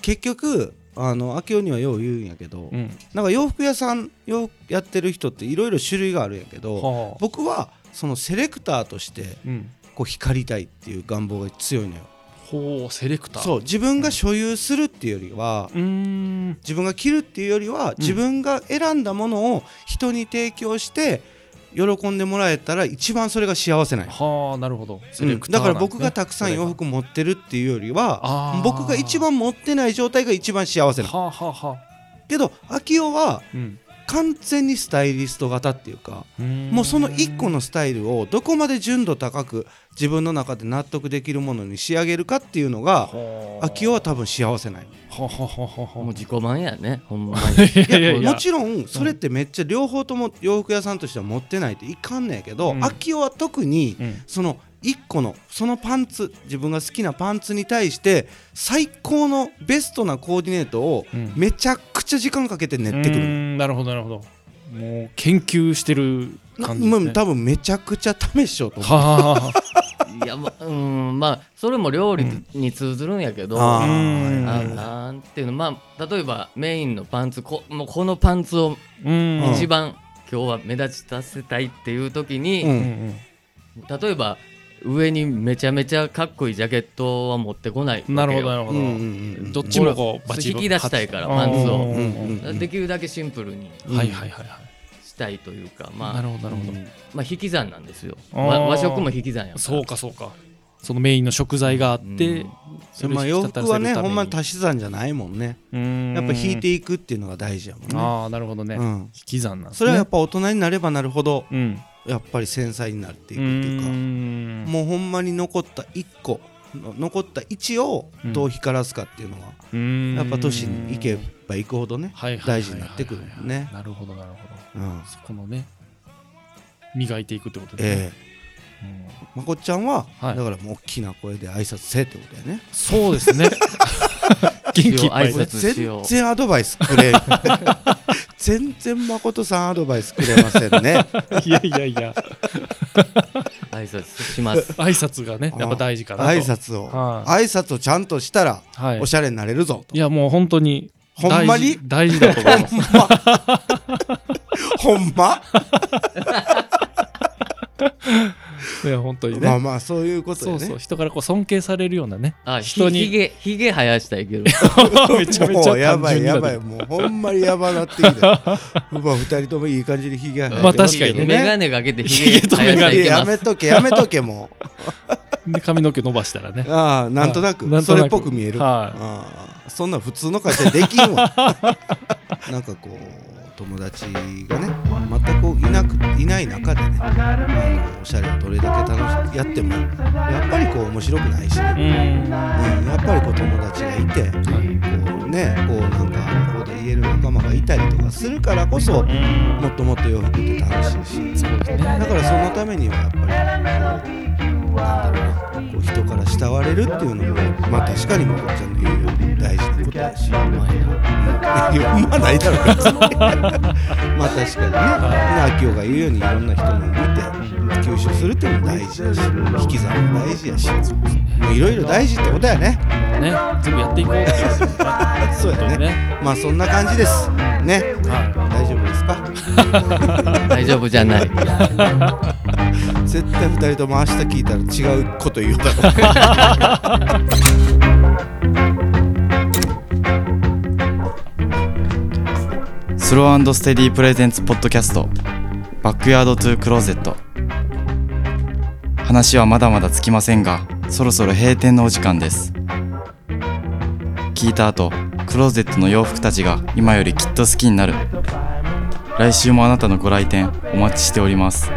[SPEAKER 3] 結局あの秋夫にはよう言うんやけど、
[SPEAKER 4] うん。
[SPEAKER 3] なんか洋服屋さん洋服やってる人っていろいろ種類があるんやけど、
[SPEAKER 4] はあ。
[SPEAKER 3] 僕はそのセレクターとして
[SPEAKER 4] うん。
[SPEAKER 3] こう光りたいっていう願望が強いのよ
[SPEAKER 4] ほうセレクター。
[SPEAKER 3] そう自分が所有するっていうよりは、
[SPEAKER 4] うーん。
[SPEAKER 3] 自分が着るっていうよりは自分が選んだものを人に提供して喜んでもらえたら一番それが幸せない、
[SPEAKER 4] はあなるほど。セ
[SPEAKER 3] う
[SPEAKER 4] レ
[SPEAKER 3] ん
[SPEAKER 4] クタ
[SPEAKER 3] だ
[SPEAKER 4] ー
[SPEAKER 3] か
[SPEAKER 4] なん
[SPEAKER 3] ら
[SPEAKER 4] ですね、
[SPEAKER 3] 僕がたくさん洋服持ってるっていうよりは
[SPEAKER 4] あー
[SPEAKER 3] 僕が一番持ってない状態が一番幸せなの
[SPEAKER 4] はあはあはあ。
[SPEAKER 3] けど秋代は
[SPEAKER 4] うん。
[SPEAKER 3] 完全にスタイリスト型っていうかもうその1個
[SPEAKER 4] の
[SPEAKER 3] のスタイルをどこまで純度高く自分の中で納得できるものに仕上げるかっていうのが秋代は多分幸せない
[SPEAKER 4] はははは
[SPEAKER 5] う
[SPEAKER 4] は
[SPEAKER 5] もう自己満やねほんま
[SPEAKER 4] いやいやいや
[SPEAKER 3] もちろんそれってめっちゃ両方とも洋服屋さんとしては持ってないといかんねやけど、
[SPEAKER 4] うん
[SPEAKER 3] 秋代は特に
[SPEAKER 4] うん
[SPEAKER 3] その1個のそのパンツ自分が好きなパンツに対して最高のベストなコーディネートを
[SPEAKER 4] うん
[SPEAKER 3] めちゃくちゃ時間かけて練ってく
[SPEAKER 4] うー
[SPEAKER 3] る、
[SPEAKER 4] んなるほどなるほどもう研究してる
[SPEAKER 3] な
[SPEAKER 4] 感じで
[SPEAKER 3] も
[SPEAKER 4] す、
[SPEAKER 3] う
[SPEAKER 4] ね、
[SPEAKER 3] 多分めちゃくちゃ試しようと思う
[SPEAKER 4] はあはあはい
[SPEAKER 5] やまうんまあそれも料理に通ずるんやけど、
[SPEAKER 3] あー
[SPEAKER 4] あうん
[SPEAKER 5] あなんていうのまあ例えばメインのパンツこもうこのパンツを
[SPEAKER 4] うーん
[SPEAKER 5] 一番今日は目立ちさせたいっていう時に、
[SPEAKER 3] うん
[SPEAKER 4] うん
[SPEAKER 5] 例えば上にめちゃめちゃかっこいいジャケットは持ってこないわけ
[SPEAKER 4] うんな
[SPEAKER 5] よ
[SPEAKER 4] るほどなるほ
[SPEAKER 3] うん
[SPEAKER 4] ど、
[SPEAKER 3] うんうんうん
[SPEAKER 4] どっちもこう
[SPEAKER 5] 俺
[SPEAKER 4] バチ
[SPEAKER 5] 引き出したいから
[SPEAKER 4] パ
[SPEAKER 5] パ
[SPEAKER 4] ン
[SPEAKER 5] ン
[SPEAKER 4] ツ
[SPEAKER 5] ツ
[SPEAKER 4] を
[SPEAKER 5] を
[SPEAKER 4] うんうんうん
[SPEAKER 5] できるだけシンプルに
[SPEAKER 4] うんはいはいはいはい
[SPEAKER 5] したいというか、ま
[SPEAKER 4] な
[SPEAKER 5] あ
[SPEAKER 4] る、ほどなるほど、
[SPEAKER 5] まあ引き算なんですよ
[SPEAKER 4] あー
[SPEAKER 5] わ和食も引き算やから
[SPEAKER 4] そうかそうかそのメインの食材があって、
[SPEAKER 5] うん
[SPEAKER 4] それを
[SPEAKER 3] まあ
[SPEAKER 4] 引き
[SPEAKER 3] 洋
[SPEAKER 4] 立た
[SPEAKER 3] 服
[SPEAKER 4] せる
[SPEAKER 3] はね
[SPEAKER 4] ため
[SPEAKER 3] ほんまに
[SPEAKER 4] に
[SPEAKER 3] 足し算じゃないもんねやっぱ引いていくっていうのが大事やもん
[SPEAKER 4] うん
[SPEAKER 3] ね
[SPEAKER 4] ああなるほどね、
[SPEAKER 3] う
[SPEAKER 4] 引
[SPEAKER 3] ん、
[SPEAKER 4] き算なんですね
[SPEAKER 3] それはやっぱ大人になればなるほど
[SPEAKER 4] うん
[SPEAKER 3] やっぱり繊細になっていく
[SPEAKER 4] う
[SPEAKER 3] っていうか
[SPEAKER 4] ーん
[SPEAKER 3] もうほんまに残った1個の残った1をどう光らすかっていうのは、
[SPEAKER 4] うーん
[SPEAKER 3] やっぱ都市に行けば行くほどね、
[SPEAKER 4] はいはいはいはい
[SPEAKER 3] 大事になってくるもんね。
[SPEAKER 4] なるほどなるほど
[SPEAKER 3] うん
[SPEAKER 4] そこのね磨いていくってことです
[SPEAKER 3] え
[SPEAKER 4] ね、
[SPEAKER 3] えまこっちゃんは、
[SPEAKER 4] はい
[SPEAKER 3] だからもう大きな声で挨拶せえってことやね。
[SPEAKER 4] うんそうです ね元気いっぱい
[SPEAKER 5] 挨
[SPEAKER 4] で
[SPEAKER 5] 拶
[SPEAKER 4] す
[SPEAKER 5] しよ
[SPEAKER 3] 全
[SPEAKER 5] う
[SPEAKER 3] 然アドバイスくれ 全然まことさんアドバイスくれませんね。
[SPEAKER 4] いやいやいや
[SPEAKER 5] 挨拶し ます
[SPEAKER 4] 挨拶がねやっぱ大事かなと
[SPEAKER 3] 挨拶を、
[SPEAKER 4] は
[SPEAKER 3] 挨
[SPEAKER 4] い
[SPEAKER 3] 拶をちゃんとしたら、
[SPEAKER 4] はい
[SPEAKER 3] おしゃれになれるぞと
[SPEAKER 4] い。やもう本当に
[SPEAKER 3] ほんまに
[SPEAKER 4] 大事大事だと思います
[SPEAKER 3] ほんま
[SPEAKER 4] いや本当にね、
[SPEAKER 3] まあまあそういうこと
[SPEAKER 4] そ
[SPEAKER 3] よ
[SPEAKER 4] う
[SPEAKER 3] ね
[SPEAKER 4] そう人からこう尊敬されるようなね
[SPEAKER 5] あ
[SPEAKER 4] 人
[SPEAKER 5] 人
[SPEAKER 4] に
[SPEAKER 5] にひげひげ生やしたいけ ど
[SPEAKER 4] めちゃめち
[SPEAKER 3] もう
[SPEAKER 4] ゃ
[SPEAKER 3] や
[SPEAKER 4] 単
[SPEAKER 3] ば
[SPEAKER 4] 純
[SPEAKER 3] い
[SPEAKER 4] にな
[SPEAKER 3] や
[SPEAKER 4] る
[SPEAKER 3] ばいもうほんまにやばなってきて うわ2人ともいい感じにひげ生えて
[SPEAKER 4] まあ確かにね
[SPEAKER 5] 眼鏡かけてひげ生や
[SPEAKER 4] 眼
[SPEAKER 5] した
[SPEAKER 4] 鏡
[SPEAKER 5] い
[SPEAKER 3] い
[SPEAKER 5] け
[SPEAKER 3] や
[SPEAKER 5] ま
[SPEAKER 3] や
[SPEAKER 5] す
[SPEAKER 3] めとけやめとけもう
[SPEAKER 4] で髪の毛伸ばしたらね
[SPEAKER 3] ああなんとなく
[SPEAKER 4] はいなん
[SPEAKER 3] そ
[SPEAKER 4] となく
[SPEAKER 3] れっぽく見える、
[SPEAKER 4] はい
[SPEAKER 3] ああそんな普通の会社できんわな んかこう友達がね全くこういなくいない中でねあのおしゃれをどれだけ楽しやってもやっぱりこう面白くないし、ね
[SPEAKER 4] うん
[SPEAKER 3] うん、やっぱりこう友達がいてこうねこうなんかこうで言える仲間がいたりとかするからこそもっともっと洋服って楽しいし
[SPEAKER 4] そうですね
[SPEAKER 3] だからそのためにはやっぱりこうなんだろうなこう人から慕われるっていうのもまあ確かにもこちゃんの言う大事なことだし。
[SPEAKER 5] うまいな
[SPEAKER 3] うんいやまあないだろう別にまあ確かにねあきおが言うようにいろんな人のを見て吸収するっていうのも大事だし引き算も大事やしもういろいろ大事ってことやね
[SPEAKER 4] ね全部やっていこうっていうことでね
[SPEAKER 3] そうやね
[SPEAKER 4] 本当にね
[SPEAKER 3] まあそんな感じですね
[SPEAKER 4] は
[SPEAKER 3] 大丈夫ですか
[SPEAKER 5] 大丈夫じゃない
[SPEAKER 3] 絶対2人とも明日聞いたら違うこと言うだろう
[SPEAKER 1] スローステディプレゼンツポッドキャストバックヤードトゥークローゼット話はまだまだつきませんがそろそろ閉店のお時間です聞いた後クローゼットの洋服たちが今よりきっと好きになる来週もあなたのご来店お待ちしております